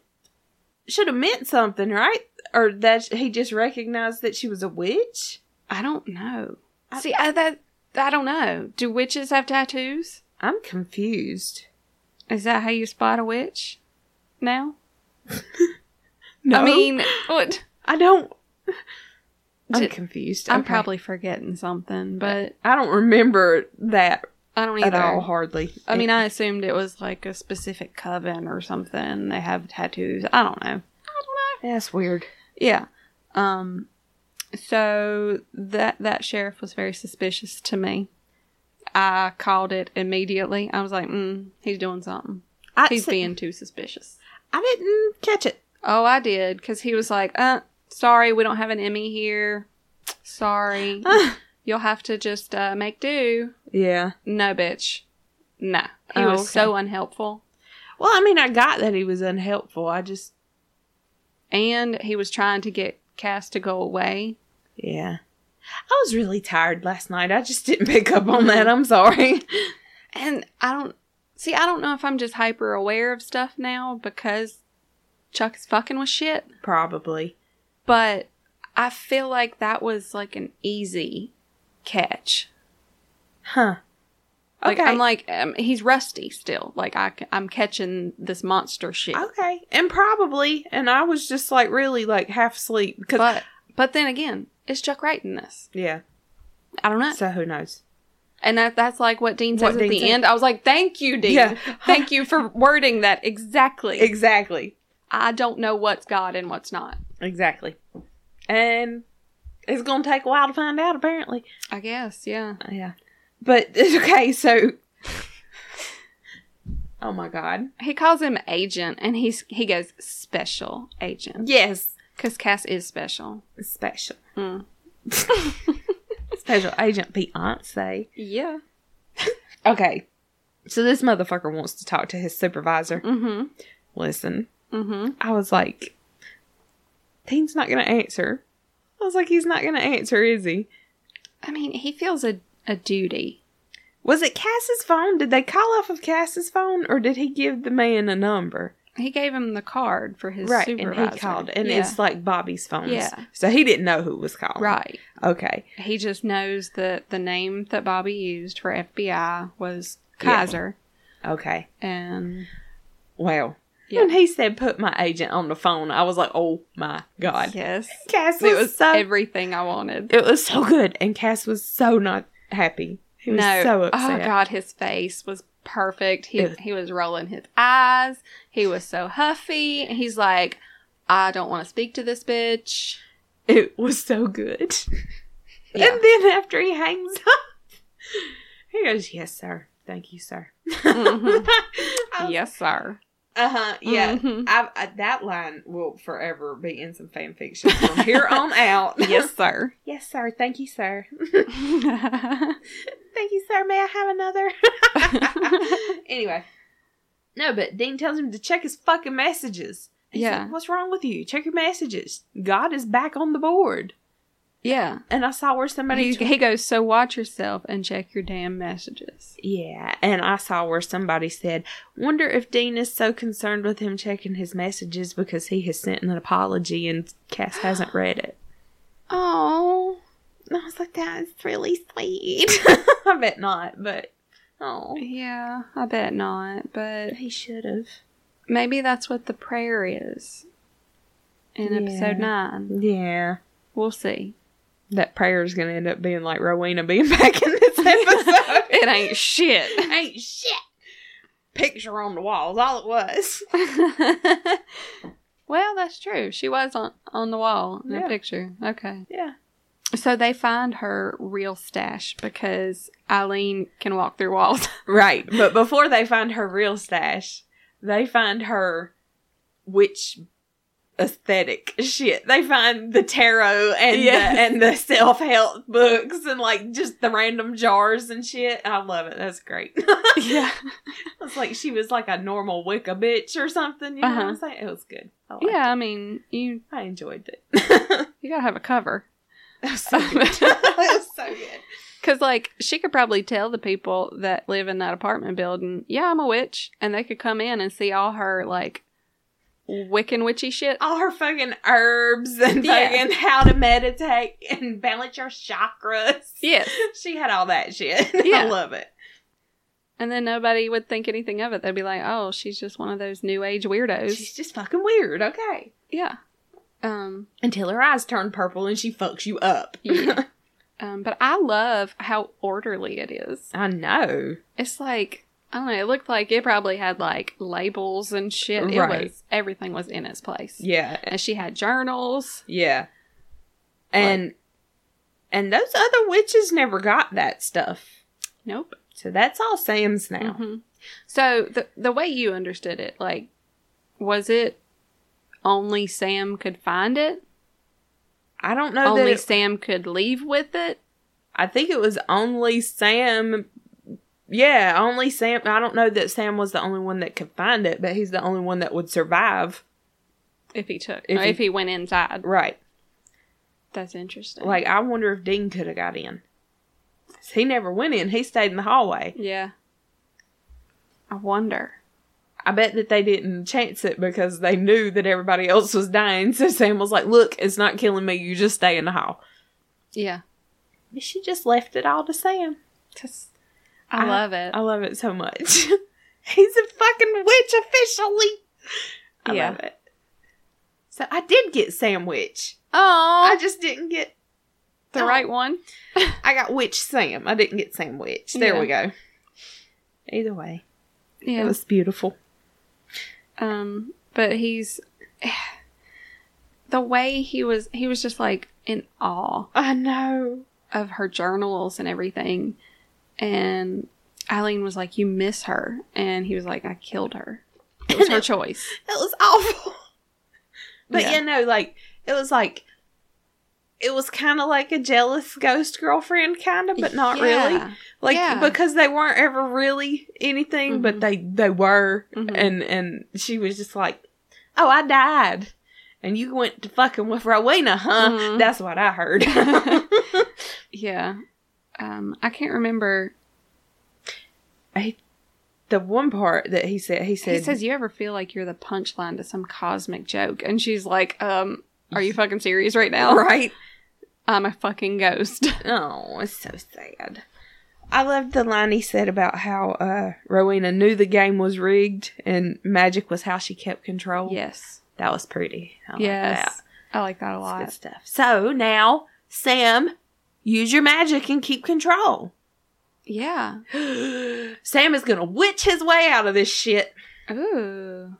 should have meant something, right? Or that he just recognized that she was a witch. I don't know. I- See, I, that I don't know. Do witches have tattoos? I'm confused. Is that how you spot a witch? Now, No, I mean, what? I don't. I'm Did- confused. I'm Okay. probably forgetting something, but I don't remember that I don't at either. all. Hardly. I mean, I assumed it was like a specific coven or something. They have tattoos. I don't know. that's weird. Yeah. Um. So that that sheriff was very suspicious to me. I called it immediately. I was like, mm, "He's doing something. I He's see- being too suspicious." I didn't catch it. Oh, I did because he was like, "Uh, sorry, we don't have an Emmy here. Sorry, you'll have to just uh, make do." Yeah. No, bitch. No. He Oh, was okay. so unhelpful. Well, I mean, I got that he was unhelpful. I just. and he was trying to get Cass to go away. Yeah. I was really tired last night. I just didn't pick up on that. I'm sorry. And I don't see. I don't know if I'm just hyper aware of stuff now because Chuck is fucking with shit. Probably. But I feel like that was like an easy catch. Huh. Like I'm like um, he's rusty still. Like I, am catching this monster shit. okay. And probably. And I was just like really like half asleep because. But but then again, is Chuck writing this? yeah. I don't know. So who knows? And that, that's like what Dean says What at Dean the said. end. I was like, thank you, Dean. Yeah. Thank you for wording that exactly. Exactly. I don't know what's God and what's not. Exactly. And it's going to take a while to find out, apparently. I guess, yeah. Yeah. But okay, so Oh my god. He calls him agent and he's he goes special agent Yes. cuz Cass is special. Special. Mm. Special agent fiance. Yeah. Okay. So this motherfucker wants to talk to his supervisor. Mhm. Listen. Mhm. I was like Dean's not gonna answer. I was like, he's not gonna answer, is he? I mean, he feels a a duty. Was it Cass's phone? Did they call off of Cass's phone or did he give the man a number? He gave him the card for his right, supervisor. and he called, and Yeah. it's like Bobby's phone. Yeah. so he didn't know who was calling. right. Okay. He just knows that the name that Bobby used for FBI was Yeah. Kaiser Okay. and Well, Yeah. when he said put my agent on the phone, I was like, oh my god. yes. Cass was, It was so everything I wanted. it was so good, and Cass was so not happy. He He was so upset. Oh God, his face was perfect. He Ew. he was rolling his eyes. He was so huffy. He's like, I don't want to speak to this bitch. It was so good. Yeah. And then after he hangs up, he goes, Yes, sir. Thank you, sir. Mhm. yes, sir. Uh huh. Yeah. Mhm. I've, I, that line will forever be in some fan fiction from here on out. Yes, sir. Yes, sir. Thank you, sir. Thank you, sir. May I have another? anyway. No, but Dean tells him to check his fucking messages. He's Yeah. like, What's wrong with you? Check your messages. God is back on the board. yeah. And I saw where somebody. He, he goes, so watch yourself and check your damn messages. Yeah, and I saw where somebody said, "Wonder if Dean is so concerned with him checking his messages because he has sent an apology and Cass hasn't read it." Oh, And I was like, "That is really sweet." I bet not, but oh, yeah. I bet not, but he should have. maybe that's what the prayer is in Yeah. episode nine. Yeah, We'll see. that prayer is gonna end up being like Rowena being back in this episode. It ain't shit. ain't shit. Picture on the walls, all it was. well, that's true. She was on on the wall in Yeah. the picture. Okay. Yeah. So they find her real stash because Eileen can walk through walls. Right. But before they find her real stash, they find her witch aesthetic shit. They find the tarot and Yes. the, and the self help books and like just the random jars and shit. I love it. That's great. yeah. it's like she was like a normal Wicca bitch or something. You know what I'm saying? It was good. I liked Uh-huh. Yeah, it. I mean, you I enjoyed it. it you got to have a cover. was so good. it was so good. Cuz like she could probably tell the people that live in that apartment building, "Yeah, I'm a witch." And they could come in and see all her like Wiccan witchy shit. all her fucking herbs and Yeah. fucking how to meditate and balance your chakras. Yes. She had all that shit. Yeah. I love it. And then nobody would think anything of it. They'd be like, "Oh, she's just one of those new age She's weirdos." just fucking weird, okay. Yeah. Um Until her eyes turn purple and she fucks you up. Yeah. um, but I love how orderly it is. I know. It's like I don't know. It looked like it probably had like labels and shit. It Right. was everything was in its place. Yeah. And she had journals. Yeah. And and those other witches never got that stuff. Nope. So that's all Sam's now. Mhm. So the the way you understood it, like, was it only Sam could find it? I don't know Oh, that only it- Sam could leave with it. I think it was only Sam. Yeah, only Sam. I don't know that Sam was the only one that could find it, but he's the only one that would survive. If he took, If or he- if he went inside, Right. that's interesting. Like, I wonder if Dean could have got in. 'Cause He never went in, he stayed in the hallway. yeah, I wonder. I bet that they didn't chance it because they knew that everybody else was dying. So Sam was like, Look, it's not killing me. You just stay in the hall. Yeah, But she just left it all to Sam. just I, love it. I love it so much. He's a fucking witch officially. I Yeah. love it. So I did get Sam Witch. I Oh, just didn't get. the right one. I got Witch Sam. I didn't get Sam Witch. There Yeah. we go. Either way, Yeah. it was beautiful. um, but he's the way he was. He was just like in awe I know. of her journals and everything. And Eileen was like, "You miss her," and he was like, "I killed her. It was her choice." That was awful. But Yeah. you know, like it was like it was kind of like a jealous ghost girlfriend, kind of, but not really. Yeah. like Yeah. because they weren't ever really anything but Mhm. they they were Mhm. and and she was just like oh i died and you went to fucking with rowena huh Mhm. that's what i heard Yeah. Um, I can't remember. the one part that he said he said He says, "You ever feel like you're the punchline to some cosmic joke?" And she's like, "Um, are you fucking serious right now? right I'm a fucking ghost." oh it's so sad i loved the line he said about how uh rowena knew the game was rigged and magic was how she kept control yes. that was pretty I like that. yes. I like that a lot. It's good stuff. So now, Sam, use your magic and keep control. Yeah. Sam is gonna witch his way out of this shit. Oh, Ooh.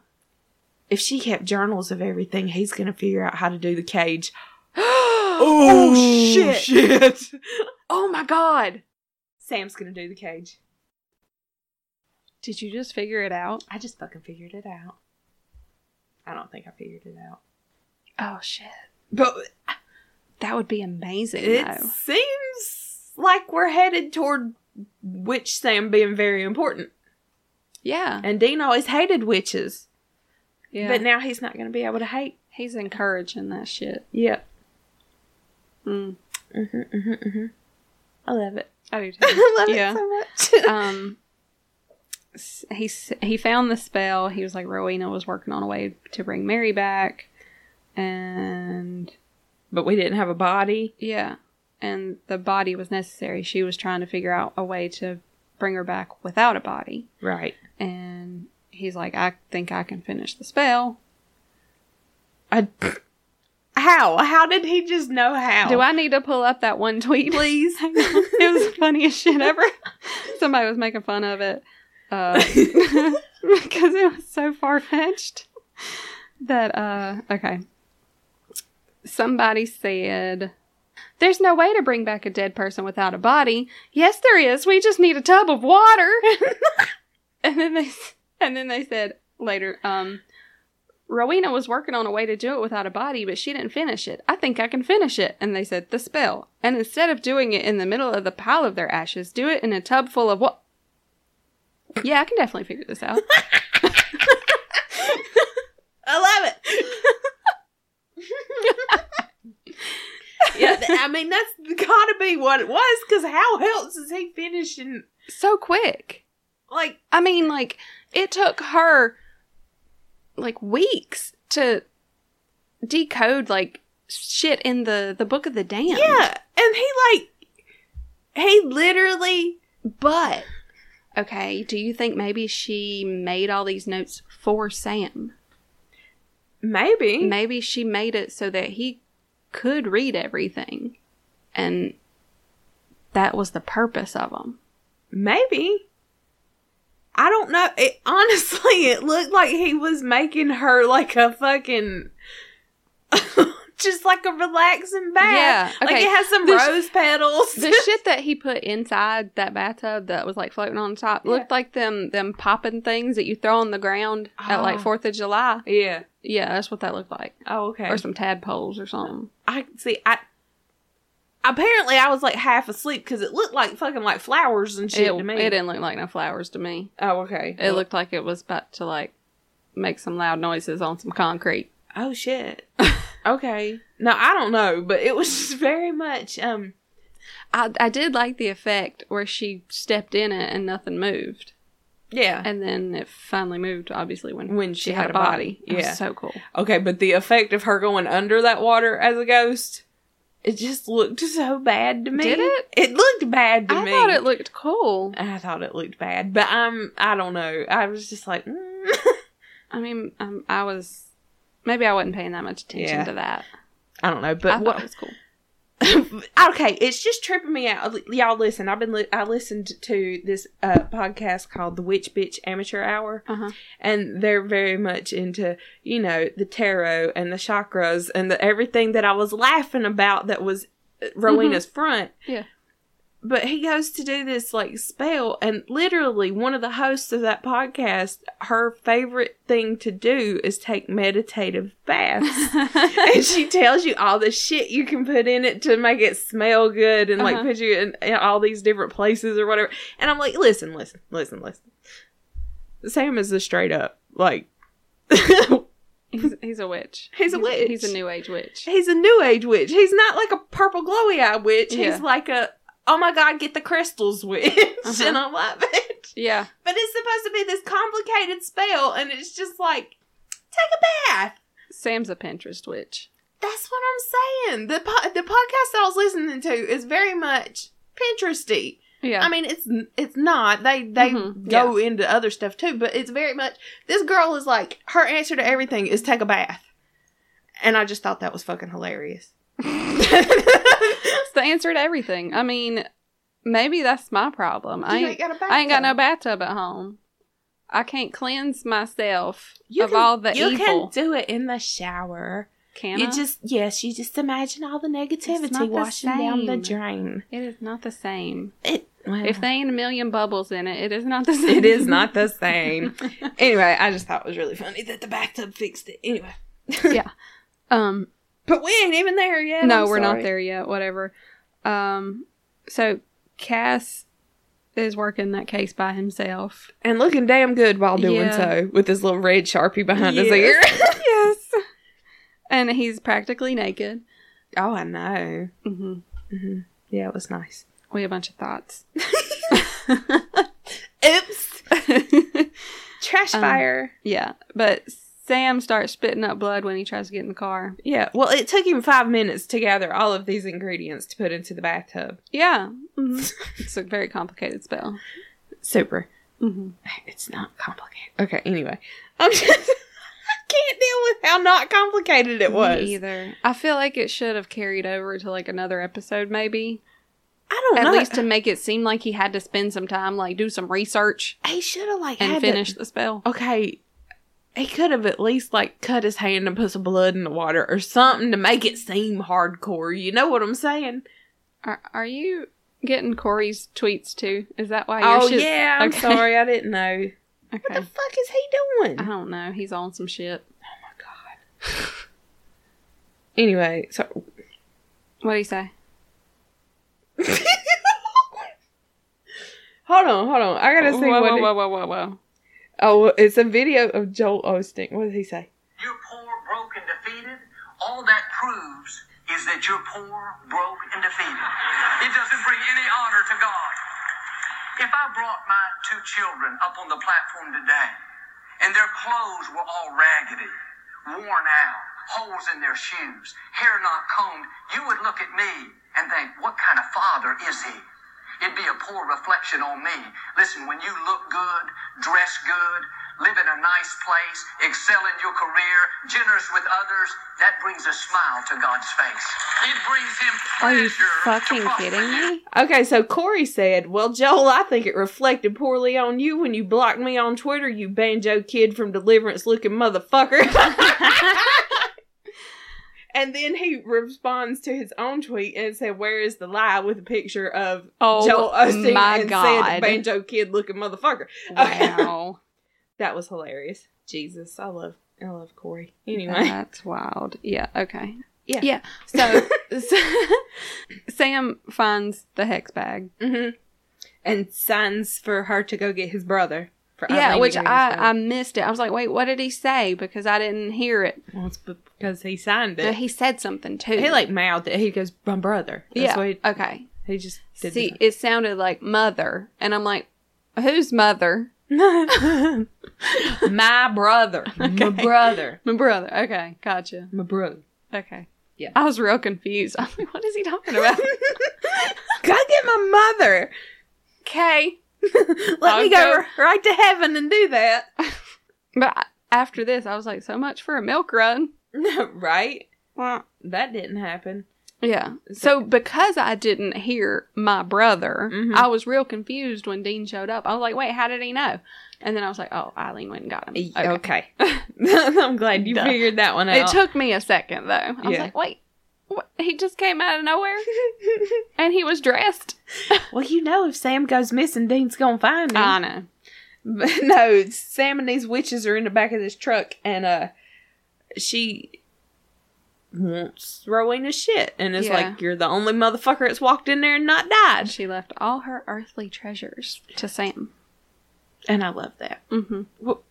If she kept journals of everything, he's gonna figure out how to do the cage. oh shit! Shit! oh my god! Sam's gonna do the cage. Did you just figure it out? I just fucking figured it out. I don't think I figured it out, Oh shit. but That would be amazing. it though. seems like we're headed toward witch Sam being very important. Yeah. And Dean always hated witches, Yeah. but now he's not gonna be able to hate. He's encouraging that shit. Yep. Mm. Mm-hmm, mm-hmm, mm-hmm. I love it. I do I love Yeah. it so much. um s- he s- he found the spell he was like rowena was working on a way to bring mary back and but we didn't have a body. yeah and the body was necessary she was trying to figure out a way to bring her back without a body Right. and he's like i think i can finish the spell I, how? How did he just know how? do i need to pull up that one tweet please it was the funniest shit ever somebody was making fun of it uh, because it was so far fetched that uh okay. Somebody said there's no way to bring back a dead person without a body. Yes, there is. We just need a tub of water. and then they s- and then they said later um Rowena was working on a way to do it without a body, but she didn't finish it. I think I can finish it. And they said, the spell. And instead of doing it in the middle of the pile of their ashes, do it in a tub full of what? Yeah, I can definitely figure this out. I love it. yeah, th- I mean that's gotta be what it was. Because how else is he finishing? so quick. Like, I mean, like, it took her like weeks to decode like shit in the the book of the damned. yeah, and he like he literally But okay, do you think maybe she made all these notes for Sam? maybe Maybe she made it so that he could read everything and that was the purpose of them. Maybe. I don't know. It, honestly, it looked like he was making her like a fucking. just like a relaxing bath. Yeah, Like okay. it has some The sh- rose petals. the shit that he put inside that bathtub that was like floating on top Yeah. looked like them them popping things that you throw on the ground at like Ah. Fourth of July. yeah. Yeah, that's what that looked like, Oh, okay. or some tadpoles or something. I see. I. Apparently, I was like half asleep because it looked like fucking like flowers and shit It, to me. it didn't look like no flowers to me. Oh, okay. It looked like it was about to like make some loud noises on some concrete. Oh shit. okay. No, I don't know, but it was just very much. Um. I I did like the effect where she stepped in it and nothing moved, Yeah. and then it finally moved. Obviously, when When she had a body. It was Yeah. so cool. Okay, but the effect of her going under that water as a ghost, it just looked so bad to me. Did it? It looked bad to I me. thought it looked cool. I thought it looked bad, but um, I don't know. I was just like, mm. I mean, um, I was maybe I wasn't paying that much attention Yeah. to that. I don't know. But I But thought what? it was cool. okay, it's just tripping me out. L- Y'all listen. I've been li- I listened to this uh, podcast called The Witch Bitch Amateur Hour, Uh-huh. and they're very much into you know the tarot and the chakras and the everything that I was laughing about that was uh, Rowena's front. Yeah. But he goes to do this like spell, and literally one of the hosts of that podcast, her favorite thing to do is take meditative baths and she tells you all the shit you can put in it to make it smell good and like Uh-huh. put you in, in all these different places or whatever. And I'm like, listen, listen, listen, listen. Sam is the straight up like he's he's, he's a witch. He's a witch. He's a new age witch. a new age witch. He's not like a purple glowy eye witch. Yeah. He's like a oh my god, get the crystals witch. Uh-huh. And I love it. Yeah, But it's supposed to be this complicated spell, and it's just like take a bath. Sam's a Pinterest witch. That's what I'm saying. The po- the podcast that I was listening to is very much Pinteresty. Yeah, I mean, it's it's not. They they Mhm, go into other stuff too, but it's very much. This girl is like her answer to everything is take a bath, and I just thought that was fucking hilarious. it's the answer to everything. I mean, Maybe that's my problem. I You ain't, got a I ain't got no bathtub. bathtub at home. I can't cleanse myself You of can- all the you evil. can do it in the shower. Can, You I? just yes, you just imagine all the It's not the negativity washing down the same. drain. It is not the same. It well, If they ain't a million bubbles in it, it is not the same. Uh-huh. it is not the same. anyway, I just thought it was really funny that the bathtub fixed it. Anyway, Um. but we ain't even there yet. no, I'm we're sorry. not there yet. Whatever. Um, so Cass is working that case by himself. And looking damn good while doing Yeah. so with his little red sharpie behind his ear. Yes. yes. And he's practically naked. Oh, I know. Mm-hmm. Yeah, it was nice. We have a bunch of thoughts. Oops, trash Um, fire. yeah, but Sam starts spitting up blood when he tries to get in the car. Yeah, well, it took him five minutes to gather all of these ingredients to put into the bathtub. Yeah, Mhm. it's a very complicated spell. Super. Mm-hmm. hmm It's not complicated. Okay, anyway. I'm just I can't deal with how not complicated it was. Me either. I feel like it should have carried over to like another episode, maybe. I don't At know. least to make it seem like he had to spend some time, like do some research he should have like and had to- finish the spell. okay. He could have at least like cut his hand and put some blood in the water or something to make it seem hardcore. You know what I'm saying? Are, are you getting Corey's tweets too? Is that why? your Oh shit's- yeah, I'm okay. sorry, I didn't know. Uh-huh. What Okay. the fuck is he doing? I don't know. He's on some shit. Anyway, so What do you say? hold on, hold on. I gotta see whoa, what. whoa, it- whoa, whoa, whoa, whoa. Oh, it's a video of Joel Osteen. What does he say? You're poor, broke, and defeated. All that proves is that you're poor, broke, and defeated. It doesn't bring any honor to God. If I brought my two children up on the platform today and their clothes were all raggedy, worn out, holes in their shoes, hair not combed, you would look at me and think, what kind of father is he? It'd be a poor reflection on me. Listen, when you look good, dress good, live in a nice place, excel in your career, generous with others, that brings a smile to God's face. It brings him Are you pleasure to fucking prosper kidding you. me? Okay, so Corey said, Well, Joel, I think it reflected poorly on you when you blocked me on Twitter, you banjo kid from Deliverance looking motherfucker. and then he responds to his own tweet and said, Where is the lie? with a picture of Oh Joel Osteen my and god! said, Banjo kid looking motherfucker. wow, That was hilarious. Jesus, I love I love Corey. Anyway. that's wild. Yeah. Okay. Yeah. Yeah. So, so- Sam finds the hex bag. hmm And signs for her to go get his brother. For yeah, Eileen to which go get his brother. I I missed it. I was like, wait, what did he say? Because I didn't hear it. Well, it's because he signed But it. he said something too. He like mouthed it. He goes, "My brother." That's yeah. what he, okay. he just did. See, it sounded like mother, and I'm like, who's mother? my brother, my brother, My brother. Okay, gotcha. my brother. Okay. Yeah. I was real confused. I'm like, what is he talking about? Go get my mother. okay. Let I'll me go, go. right to heaven and do that. But I- after this, I was like, so much for a milk run. right? That didn't happen. Yeah. So because I didn't hear my brother, Mhm. I was real confused when Dean showed up. I was like, wait, how did he know? And then I was like, oh, Eileen went and got him. Okay. Okay. I'm glad you Duh. figured that one It out. took me a second though. I was Yeah. like, wait, what? he just came out of nowhere, and he was dressed. well, you know, if Sam goes missing, Dean's gonna find him. I know. But no, Sam and these witches are in the back of this truck, and uh, she wants Rowena's shit, and it's Yeah. like you're the only motherfucker that's walked in there and not died. She left all her earthly treasures to Sam. And I love that. Mm-hmm. W-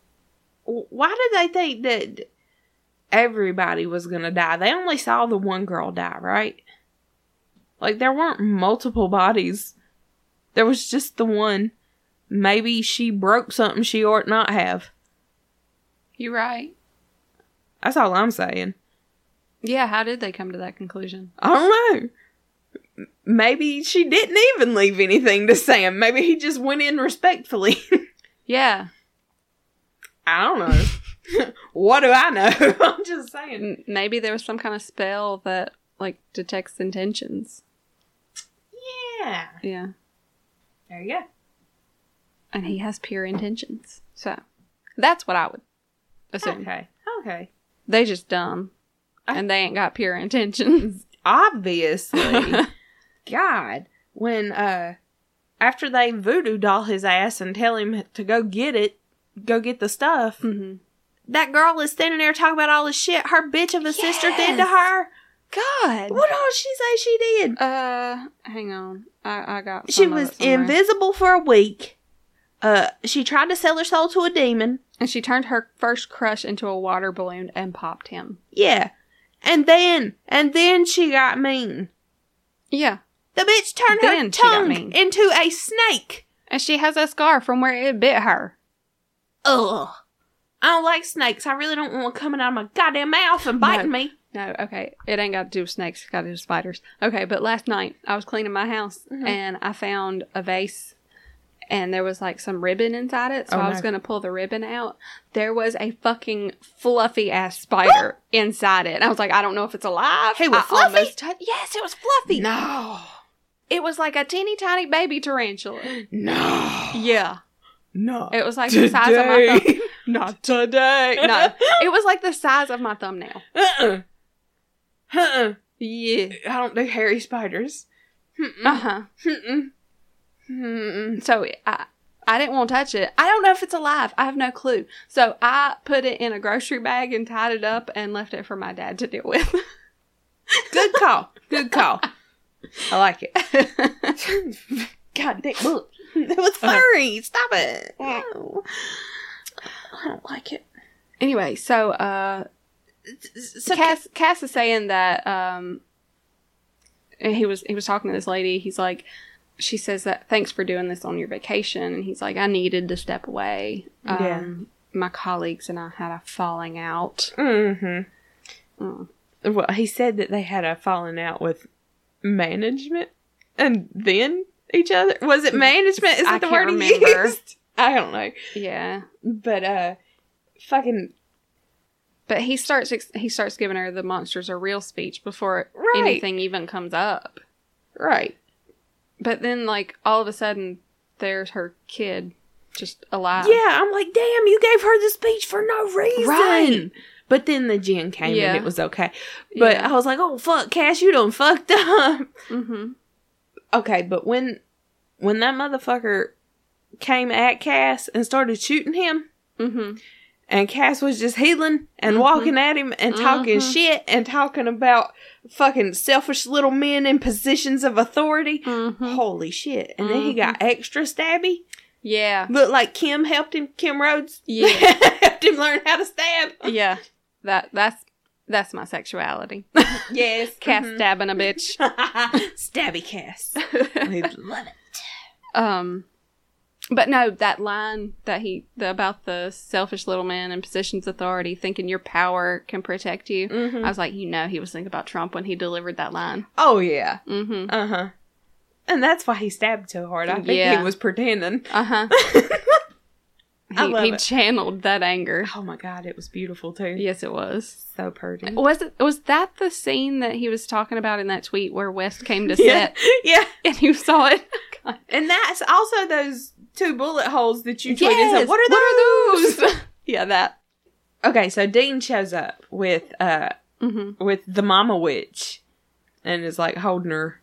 Why did they think that everybody was gonna die? They only saw the one girl die, right? Like there weren't multiple bodies. There was just the one. Maybe she broke something she ought not have. You right? That's all I'm saying. Yeah. How did they come to that conclusion? I don't know. M- Maybe she didn't even leave anything to Sam. Maybe he just went in respectfully. Yeah. I don't know. what do I know? I'm just saying. M- Maybe there was some kind of spell that like detects intentions. Yeah. Yeah. There you go. and he has pure intentions. So that's what I would assume. Okay. Okay. They just dumb, and they ain't got pure intentions. Obviously. God. When uh after they voodoo doll his ass and tell him to go get it, go get the stuff, mm-hmm. that girl is standing there talking about all the shit her bitch of a sister did to her. God. What all she say she did? Uh, hang on. I I got. She some of was it somewhere. invisible for a week. Uh, she tried to sell her soul to a demon. and she turned her first crush into a water balloon and popped him. Yeah, and then and then she got mean. Yeah, The bitch turned her Then she got mean. tongue into a snake. and she has a scar from where it bit her. Ugh. I don't like snakes. I really don't want one coming out of my goddamn mouth and biting me. No, okay. It ain't got to do with snakes. It's got to do with spiders. Okay, but last night I was cleaning my house Mm-hmm. and I found a vase and there was like some ribbon inside it. So Oh, I was no. going to pull the ribbon out. There was a fucking fluffy ass spider inside it. And I was like, I don't know if it's alive. He was I fluffy? almost tou- yes, it was fluffy. No, It was like a teeny tiny baby tarantula. no, Yeah. no. It was like the size of my thumb. Not today. No, it was like the size of my thumbnail. Uh-uh. Uh-uh. Yeah. I don't do hairy spiders. Uh huh. Mm-mm. Mm-mm. So I, I didn't want to touch it. I don't know if it's alive. I have no clue. So I put it in a grocery bag and tied it up and left it for my dad to deal with. Good call. Good call. I like it. God, Nick, look. It was furry. Stop it. No. I don't like it. anyway, so uh, So, Cass Cass is saying that um, and he was he was talking to this lady. He's like, she says that thanks for doing this on your vacation, and he's like, I needed to step away. Yeah. Um, My colleagues and I had a falling out. mm-hmm. Mm. Well, he said that they had a falling out with management and then each other. Was it management? Is I that the can't word he remember. used? I don't know. Yeah. But, uh, fucking But he starts ex- he starts giving her the monsters are real speech before Right. anything even comes up. right. But then like all of a sudden there's her kid just alive. Yeah, I'm like, damn, you gave her the speech for no reason. Right. But then the gin came Yeah. and it was okay. But I was like, oh fuck, Cash, you done fucked up. Mhm. Okay, but when when that motherfucker came at Cass and started shooting him, Mhm. and Cass was just healing and Mm-hmm. walking at him and talking shit and talking about fucking selfish little men in positions of authority. Mhm. Holy shit. And then he got Mm-hmm. extra stabby. Yeah. Looked like Kim helped him, Kim Rhodes. Yeah. helped him learn how to stab. Yeah. That that's that's my sexuality. Mm-hmm. Yes. Cass stabbing a bitch. Stabby Cass. I love it. Um but no, that line that he the, about the selfish little man in positions of authority thinking your power can protect you. Mhm. I was like, you know, he was thinking about Trump when he delivered that line. Oh, yeah. Mm-hmm. Uh huh. And that's why he stabbed so hard. I think Yeah. he was pretending. Uh huh. I he love he it. channeled that anger. Oh my god, it was beautiful too. Yes, it was. So pretty. Was it was that the scene that he was talking about in that tweet where West came to Yeah. set yeah. and you saw it? God. And that's also those two bullet holes that you tweeted. Yes, So What are those? yeah, that. okay, so Dean shows up with uh hmm with the mama witch and is like holding her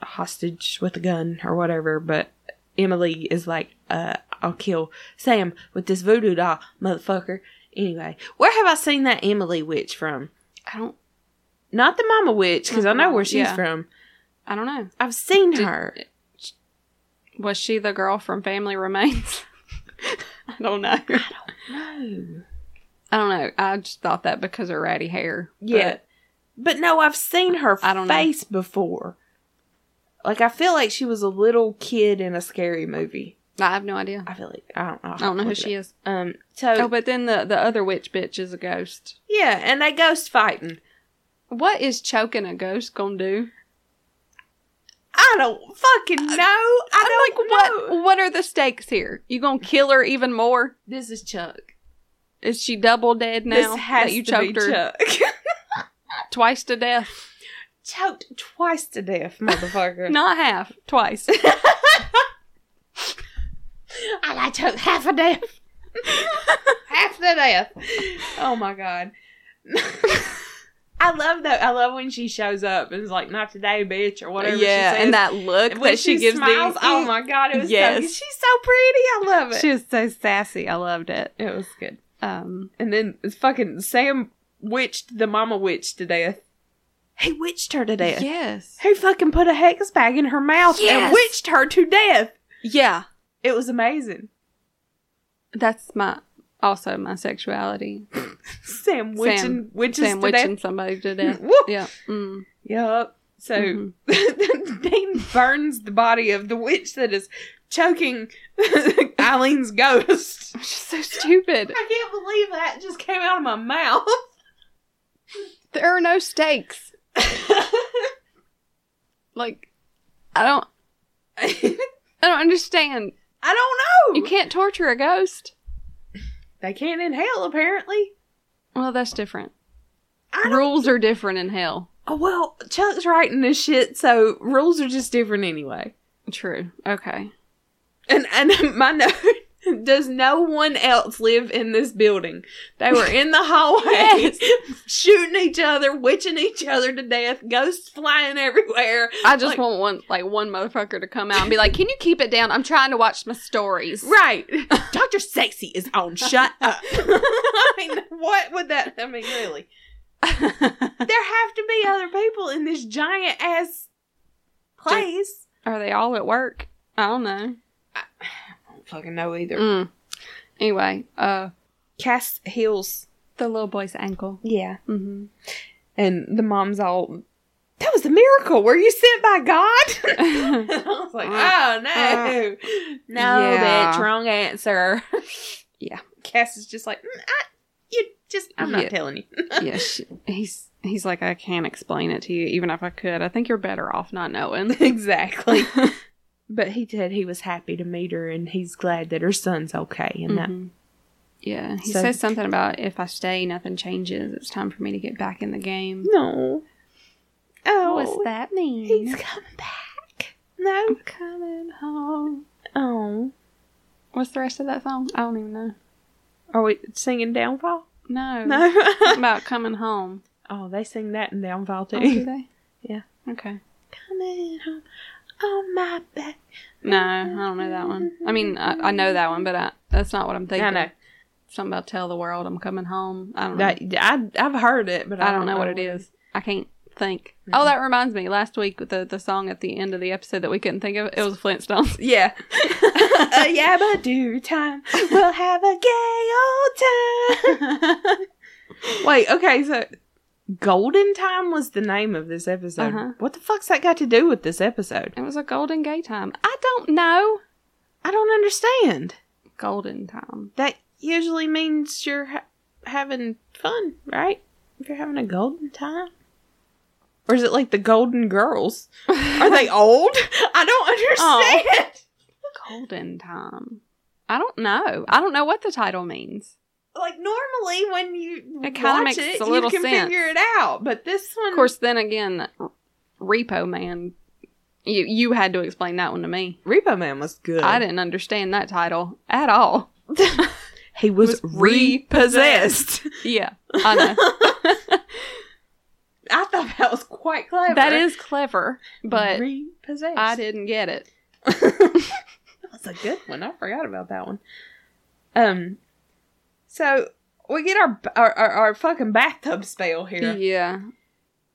hostage with a gun or whatever but emily is like uh i'll kill sam with this voodoo doll motherfucker anyway where have i seen that emily witch from I don't. Uh-huh. not the mama witch because i know where she's Yeah. from I don't know. i've seen her Was she the girl from Family Remains? I don't know. no I don't know. I just thought that because of her ratty hair. but- yeah but no i've seen her I don't know. face before like i feel like she was a little kid in a scary movie I have no idea. i feel like i don't, I'll I don't know look who it she is. up. um so Oh, but then the the other witch bitch is a ghost. Yeah, and they ghost fighting. What is choking a ghost gonna do? I don't fucking know. I I'm don't like, know. what? What are the stakes here? You gonna kill her even more? This is Chuck. Is she double dead now this has that you to choked be her Chuck. twice to death? choked twice to death, motherfucker. Not half, twice. And I took half a death. half the death. Oh my god. I love that. I love when she shows up and is like, "Not today, bitch," or whatever. yeah, she says. and that look when that she, gives smiles, these. oh my god, it was Yes. so, she's so pretty. I love it. She was so sassy. I loved it. it was good. Um, And then it's fucking Sam witched the mama witch to death. He witched her to death. yes. He fucking put a hex bag in her mouth and Yes. witched her to death. Yeah. It was amazing. That's my also my sexuality. Sam witching witches Sam to witching death. somebody to death. Woo. yeah. Mm. Yup. So Mm-hmm. Dean burns the body of the witch that is choking Eileen's ghost. She's so stupid. I can't believe that just came out of my mouth. There are no stakes. Like I don't I I don't understand. don't know. You can't torture a ghost. they can't in hell apparently. Well, that's different. I don't- Rules are different in hell. Oh, well, Chuck's writing this shit, so rules are just different anyway. True. Okay. And and my note does no one else live in this building? They were in the hallway, shooting each other, witching each other to death, ghosts flying everywhere. I Like- just want one like one motherfucker to come out and be like, "Can you keep it down? I'm trying to watch my stories." Right. Dr. Sexy is on shut up. I mean, what would that I mean, really? There have to be other people in this giant ass place. Are they all at work? I don't know. I don't fucking know either. Mm. Anyway, uh, Cass heals. the little boy's ankle. Yeah. Mm-hmm. And the mom's all that was a miracle. Were you sent by God? I was like, oh no. no, Yeah. bitch, wrong answer. Yeah. Cass is just like, "Mm, I, you just, I'm Yeah. not telling you. yeah, she, he's he's like, I can't explain it to you, even if I could. I think you're better off not knowing. exactly. but he said he was happy to meet her and he's glad that her son's okay and that Mhm. Yeah, he So- says something about if I stay, nothing changes. It's time for me to get back in the game. No. Oh that mean? he's coming back. No. coming home. Oh. What's the rest of that song? I don't even know. Are we singing Downfall? No, No. about coming home. oh, they sing that in Downfall Oh, do too. they? Yeah. Okay. coming home on my back. No, I don't know that one. I mean, I, I know that one, but I, that's not what I'm thinking. I know. Something about tell the world I'm coming home. I don't know. That, I, I've heard it, but I, I don't know what it is. I can't think. Mm-hmm. Oh, that reminds me. Last week, the the song at the end of the episode that we couldn't think of, it was Flintstones. Yeah. a yabba-doo time. We'll have a gay old time. Wait, okay, so Golden Time was the name of this episode. Uh-huh. What the fuck's that got to do with this episode? It was a golden gay time. I don't know. I don't understand. Golden time. That usually means you're ha- having fun, right? If you're having a golden time. Or is it like the Golden Girls? Are they old? I don't understand. Golden time. I don't know. I don't know what the title means. Like normally when you It it kinda watch makes it, a little you can sense. figure it out. But this one, Of course, then again, R- Repo Man. You you had to explain that one to me. Repo Man was good. I didn't understand that title at all. He was, was repossessed. Yeah, I know. I thought that was quite clever. that is clever, but repossessed. I didn't get it. That's a good one. I forgot about that one. Um, so we get our our, our, our fucking bathtub spell here. Yeah.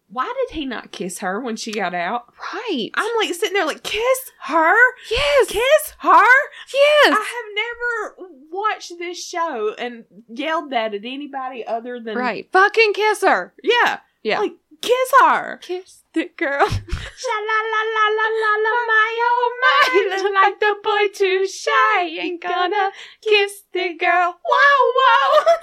Why did he not kiss her when she got out? Right. I'm like sitting there like kiss her, yes. kiss her. Yes. I have never watched this show and yelled that at anybody other than right. Fucking kiss her. Yeah, Yeah. like kiss her. kiss the girl. Sha la la la la la la, my oh my. Look like the boy too shy. Ain't gonna kiss the girl. Wow, wow.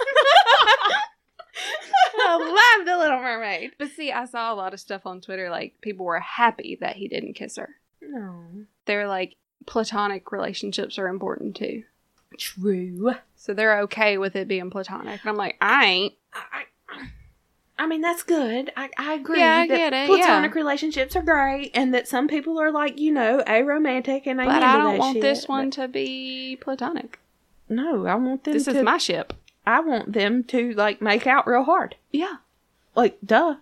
I love the Little Mermaid. but see, I saw a lot of stuff on Twitter like people were happy that he didn't kiss her. No. They're like platonic relationships are important too. True. So they're okay with it being platonic. And I'm like, I ain't. I, I- I mean, that's good. I, I agree. Yeah, I that get it, yeah. Platonic relationships are great, and that some people are like, you know, aromantic and they But I handle don't that want shit, this but- one to be platonic. No, I want them This to. is my ship. I want them to like make out real hard. Yeah, Like, duh.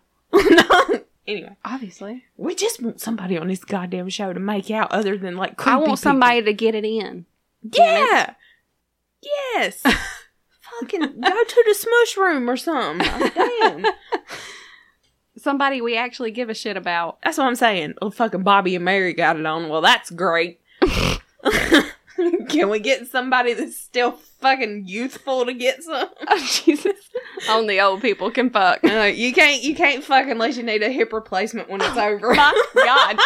anyway, obviously. we just want somebody on this goddamn show to make out other than like creepy I want people. somebody to get it in. Yeah. Yes. Fucking go to the smush room or something. Like, Damn. Somebody we actually give a shit about. That's what I'm saying. Well, fucking Bobby and Mary got it on. Well, that's great. Can we get somebody that's still fucking youthful to get some? Oh, Jesus. Only old people can fuck. No, you can't. You can't fuck unless you need a hip replacement when it's over. God.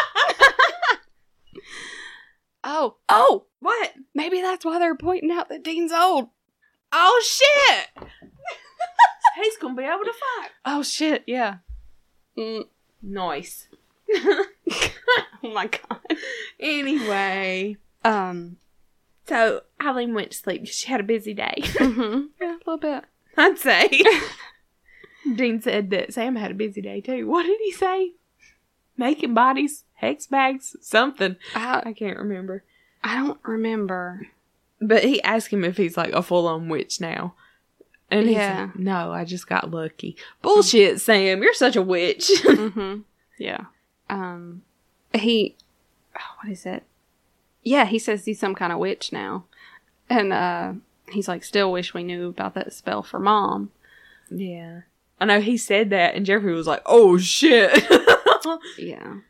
oh, oh, what? maybe that's why they're pointing out that Dean's old. Oh shit! He's gonna be able to fuck. Oh, shit, yeah. Mm, Nice. oh, my God. Anyway, Um, so Eileen went to sleep 'cause she had a busy day. mhm. yeah, a little bit. I'd say. Dean said that Sam had a busy day too. What did he say? Making bodies, hex bags, something. I, I can't remember. I don't remember. But he asked him if he's like a full on witch now. And he Yeah. said, No, I just got lucky. Bullshit, Sam. You're such a witch. Mm-hmm. Yeah. Um, he, oh, what is it? Yeah, he says he's some kind of witch now, and uh, he's like, still wish we knew about that spell for mom. yeah. I know he said that, and Jeffrey was like, Oh shit. Yeah,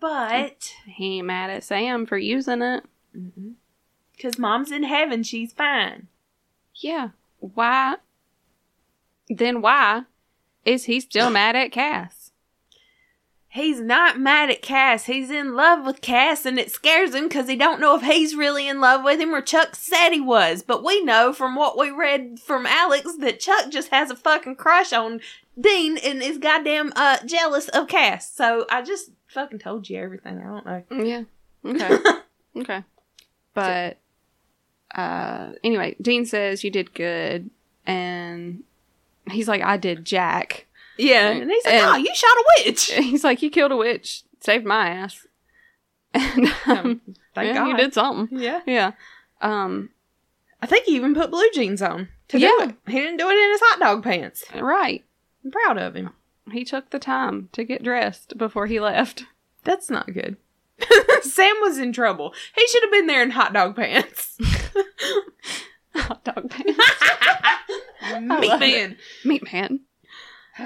but, he ain't mad at Sam for using it. because mom's in heaven, she's fine. Yeah. Why? Then why is he still mad at Cass? He's not mad at Cass. He's in love with Cass, and it scares him because he don't know if he's really in love with him or Chuck said he was. But we know from what we read from Alex that Chuck just has a fucking crush on Dean and is goddamn uh, jealous of Cass. So I just fucking told you everything. I don't know. Yeah. Okay. okay. But uh anyway, Dean says you did good and he's like I did jack. Yeah, and he's like, And- "Oh, you shot a witch." He's like you killed a witch, saved my ass. And um, Oh, Thank yeah, God. you did something. Yeah, Yeah. Um I think he even put blue jeans on to do Yeah. it. He didn't do it in his hot dog pants. right. I'm proud of him. He took the time to get dressed before he left. That's not good. Sam was in trouble. He should have been there in hot dog pants. Hot dog pants. Meat man. Meat man.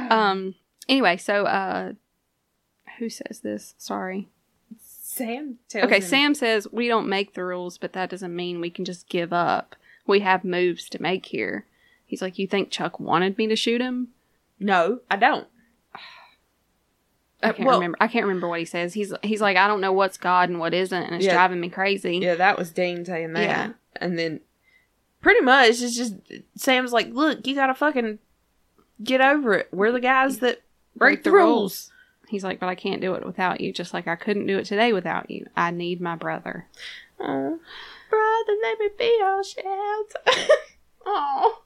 Um anyway, so uh who says this? Sorry. Sam tells Okay, him- Sam says we don't make the rules, but that doesn't mean we can just give up. We have moves to make here. He's like, You think Chuck wanted me to shoot him? No, I don't. I Uh, can't well- remember. I can't remember what he says. He's he's like, I don't know what's God and what isn't, and it's Yeah. driving me crazy. Yeah, that was Dean saying that. Yeah. And then pretty much it's just Sam's like, look, you gotta fucking get over it. We're the guys that break, the, rules. He's like, But I can't do it without you, just like I couldn't do it today without you. I need my brother. Oh, brother, let me be your shelter. oh,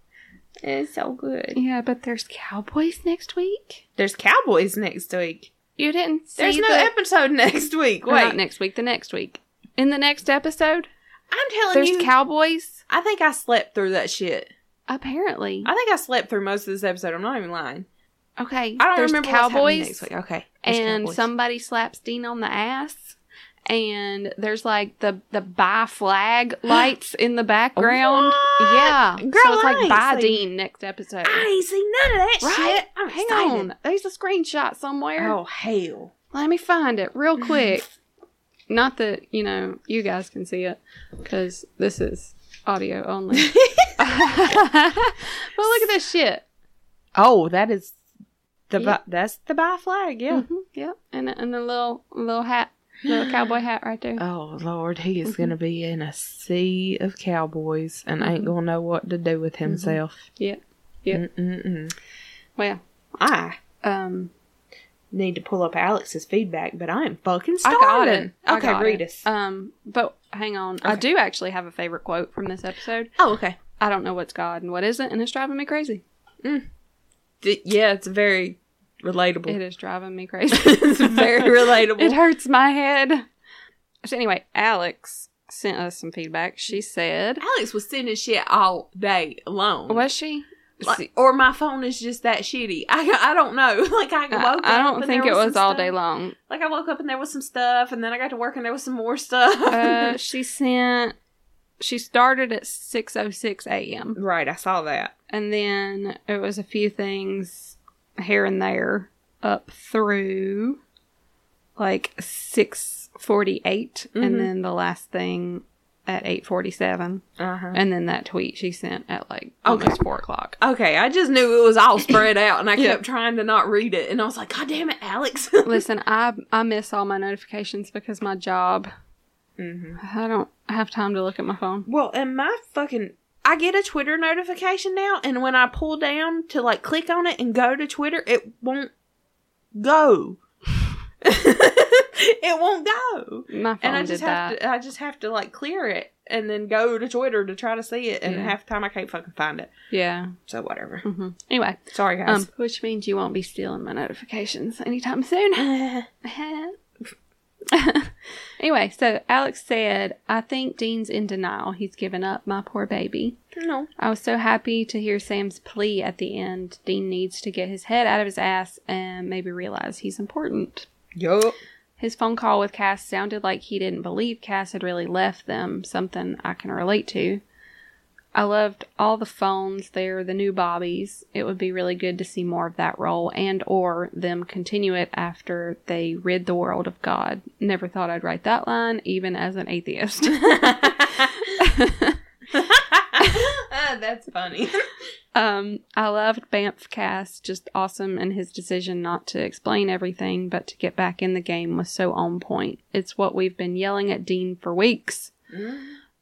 it's so good. Yeah, but there's cowboys next week. There's Cowboys next week. You didn't see There's no the- episode next week. or not Wait, next week, the next week. In the next episode, I'm telling there's you, cowboys. I think I slept through that shit. Apparently. I think I slept through most of this episode. I'm not even lying. Okay. I don't there's remember what's happening next week. Okay, there's and Cowboys. somebody slaps Dean on the ass, and there's like the the buy flag lights in the background. What? Yeah, so Girl, it's I like ain't buy seen- Dean next episode. I ain't seen none of that Right? shit. I'm Hang excited. on, there's a screenshot somewhere. Oh Mm-hmm. hell! Let me find it real quick. Not that you know you guys can see it because this is audio only. but look at this shit. Oh, that is the Yeah. bi- that's the bi flag. Yeah. Mhm, yep, and a- and a little little hat, little cowboy hat right there. Oh Lord, he is gonna be in a sea of cowboys and ain't Mhm. gonna know what to do with himself. Yeah. Yeah. Mm-mm-mm. Well, I um, need to pull up Alex's feedback, but I am fucking I starving. got it. I Okay, got read it. us. Um, but hang on, I Okay. do actually have a favorite quote from this episode. oh, okay. I don't know what's God and what isn't, and it's driving me crazy. D- yeah, it's a very Relatable. It is driving me crazy. it's very relatable. It hurts my head. So anyway, Alex sent us some feedback. She said, Alex was sending shit all day long. "Was she?" Like, or my phone is just that shitty. I, I don't know. Like I I, woke I up don't and think there it was some all stuff. day long. Like I woke up and there was some stuff, and then I got to work and there was some more stuff. Uh, she sent. She started at six oh six a.m. right, I saw that. and then it was a few things here and there up through like 648 Mhm. and then the last thing at 847 Uh huh. and then that tweet she sent at like Okay. almost four o'clock Okay, I just knew it was all spread out, and I Yeah. kept trying to not read it, and I was like, "God damn it, Alex!" listen i i miss all my notifications because my job Mhm. i don't have time to look at my phone Well, and my fucking I get a Twitter notification now, and when I pull down to like click on it and go to Twitter, it won't go. it won't go. my phone And I did just that have to I just have to like clear it and then go to Twitter to try to see it and Yeah. half the time I can't fucking find it. yeah So whatever. hmm anyway Sorry um guys. which means you won't be stealing my notifications anytime soon anyway, so Alex said, I think Dean's in denial. He's given up, my poor baby. no. I was so happy to hear Sam's plea at the end. Dean needs to get his head out of his ass and maybe realize he's important. Yup. His phone call with Cass sounded like he didn't believe Cass had really left them, something I can relate to. I loved all the phones there, the new Bobbies. It would be really good to see more of that role and or them continue it after they rid the world of God. Never thought I'd write that line, even as an atheist. Ah, that's funny. Um, I loved Banff Cass, just awesome, and his decision not to explain everything but to get back in the game was so on point. It's what we've been yelling at Dean for weeks.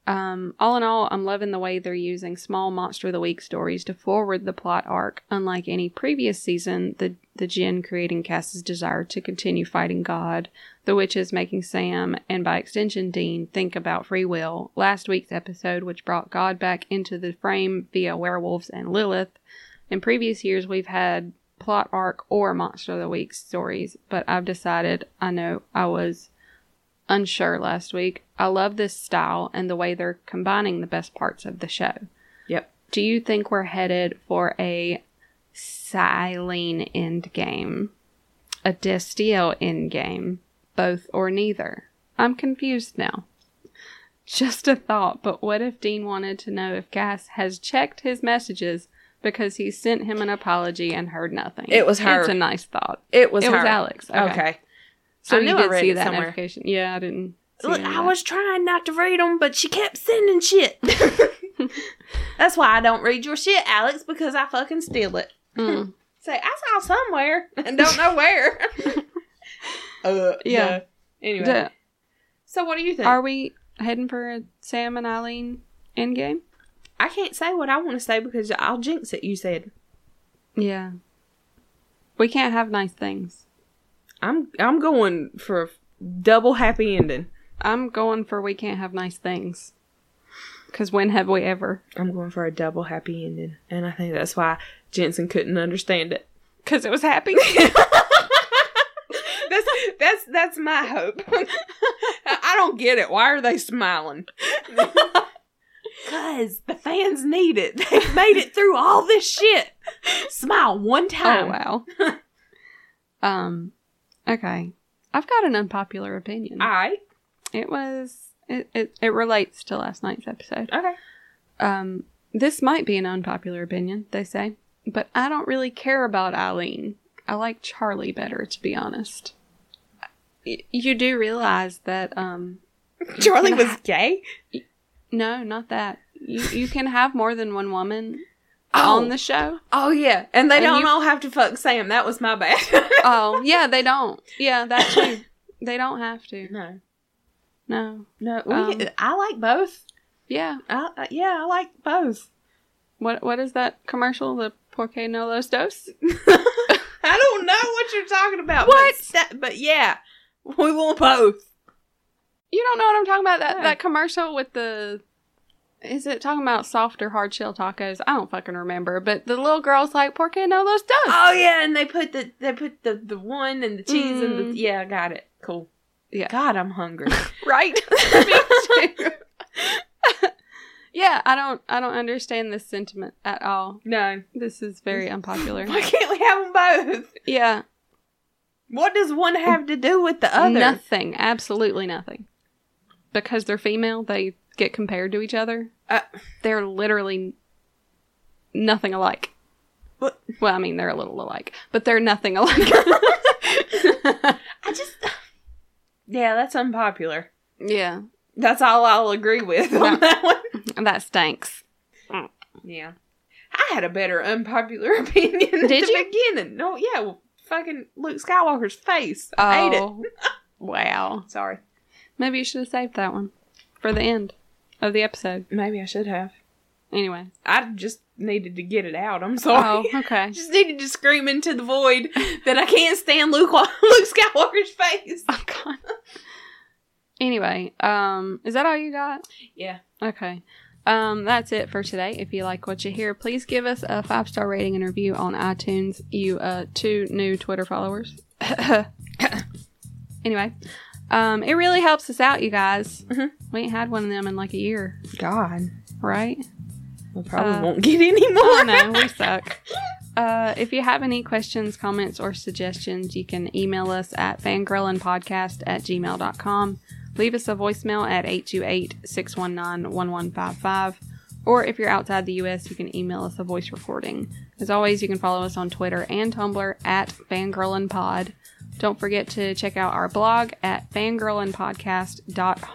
Um, all in all, I'm loving the way they're using small Monster of the Week stories to forward the plot arc. Unlike any previous season, the the Jin creating Cass's desire to continue fighting God, the witches making Sam, and by extension Dean think about free will. Last week's episode, which brought God back into the frame via werewolves and Lilith. In previous years, we've had plot arc or Monster of the Week stories, but I've decided I know I was unsure last week. I love this style and the way they're combining the best parts of the show. Yep. Do you think we're headed for a Silene endgame, a Destiel endgame, both or neither? I'm confused now. Just a thought, but what if Dean wanted to know if Cass has checked his messages because he sent him an apology and heard nothing? It was her. It's a nice thought. It was it was her. Alex. Okay. So I you knew I did read see it that somewhere. notification. Yeah, I didn't. see Look, any of I that. was trying not to read them, but she kept sending shit. That's why I don't read your shit, Alex, because I fucking steal it. Mm. Say, I saw somewhere and don't know where. uh, Yeah. duh. Anyway. Duh. So, what do you think? Are we heading for a Sam and Eileen endgame? I can't say what I want to say because I'll jinx it, you said. Yeah. We can't have nice things. I'm I'm going for a double happy ending. I'm going for we can't have nice things. Because when have we ever? I'm going for a double happy ending. And I think that's why Jensen couldn't understand it. Because it was happy. That's that's that's my hope. I don't get it. Why are they smiling? Cause the fans need it. They've made it through all this shit. Smile one oh, time. wow. um, okay. I've got an unpopular opinion. I it was, it, it, it relates to last night's episode. okay. Um, this might be an unpopular opinion, they say, but I don't really care about Eileen. I like Charlie better, to be honest. Y- You do realize that, um, Charlie was gay no, not that. You, you can have more than one woman on on the the. show. Oh yeah, and they And don't you- all have to fuck Sam. That was my bad. Oh, yeah, they don't. Yeah, that too. They don't have to. no, No. no, Um, I like both. Yeah. I, I- yeah, I like both. What What is that commercial? The Porque No Los Dos? I don't know what you're talking about. What? But, sta- but yeah, we want both. You don't know what I'm talking about? That, No. that commercial with the Is it talking about soft or hard shell tacos? I don't fucking remember. But the little girl's like, "Por qué no los dos?" Oh yeah, and they put the they put the the one and the cheese and Mm. the yeah, I got it. Cool. Yeah. God, I'm hungry. right? Me too. yeah, I don't. I don't understand this sentiment at all. no, This is very unpopular. why can't we have them both? yeah, What does one have to do with the other? nothing. Absolutely nothing. Because they're female, they get compared to each other. Uh, they're literally nothing alike. What? Well, I mean, they're a little alike, but they're nothing alike. I just yeah, that's unpopular. yeah, That's all I'll agree with Yeah. on that one. that stinks. Yeah, I had a better unpopular opinion at Did the you? beginning. No, yeah, well, fucking Luke Skywalker's face. I hate it. Oh, wow. Sorry. Maybe you should have saved that one for the end of the episode. Maybe I should have. Anyway. I just needed to get it out. I'm Oh, sorry. I okay. just needed to scream into the void that I can't stand Luke Wa- Luke Skywalker's face. Oh god. Anyway, um, is that all you got? Yeah. Okay. Um, that's it for today. If you like what you hear, please give us a five star rating and review on iTunes. You uh, two new Twitter followers. anyway, um, it really helps us out, you guys. Mhm. We ain't had one of them in like a year, God, right? we probably Uh, won't get any Oh no, we suck. Uh, if you have any questions, comments, or suggestions, you can email us at fangirlinpodcast at gmail.com. Leave us a voicemail at 828 619 1155. Or if you're outside the U.S., you can email us a voice recording. As always, you can follow us on Twitter and Tumblr at fangirlinpod. Don't forget to check out our blog at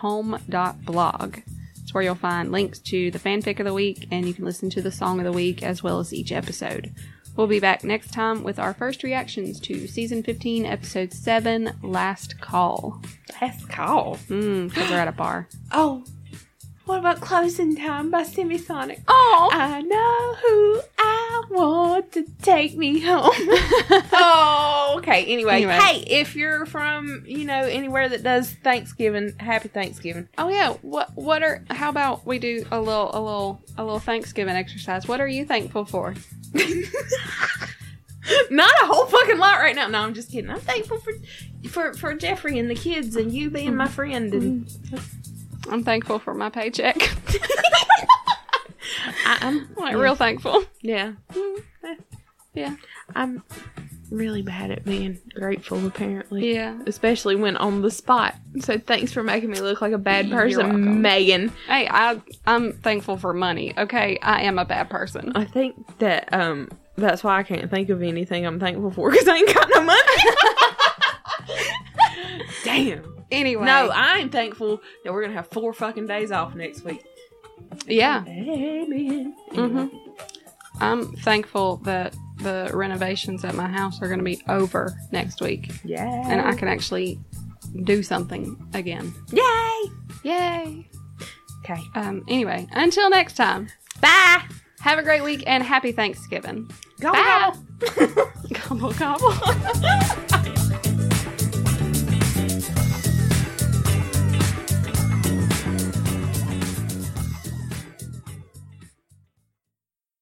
fangirlinpodcast.home.blog. It's where you'll find links to the fanfic of the week and you can listen to the song of the week as well as each episode. We'll be back next time with our first reactions to season 15, episode 7, Last Call. That's call. Mmm, because we're at a bar. Oh, what about Closing Time by Semisonic? Oh! I know who I want to take me home. oh, okay. Anyway, Anyway. hey, if you're from you know anywhere that does Thanksgiving, Happy Thanksgiving. Oh yeah. What what are how about we do a little a little a little Thanksgiving exercise? What are you thankful for? Not a whole fucking lot right now. No, I'm just kidding. I'm thankful for for for Jeffrey and the kids and you being my friend and I'm thankful for my paycheck. Mm. I, I'm like real thankful. Mm, yeah. Yeah. I'm really bad at being grateful apparently. Yeah. Especially when on the spot. So thanks for making me look like a bad You're welcome. person, Megan. Hey, I I'm thankful for money. Okay, I am a bad person. I think that um that's why I can't think of anything I'm thankful for because I ain't got no money. Damn. Anyway. No, I am thankful that we're gonna have four fucking days off next week. Mm-hmm. yeah. Amen. hmm I'm thankful that the renovations at my house are going to be over next week Yeah. and I can actually do something again. Yay. Yay! Okay. Um, anyway, until next time, Bye. have a great week and happy Thanksgiving. Go Bye. Bye. Gobble, gobble.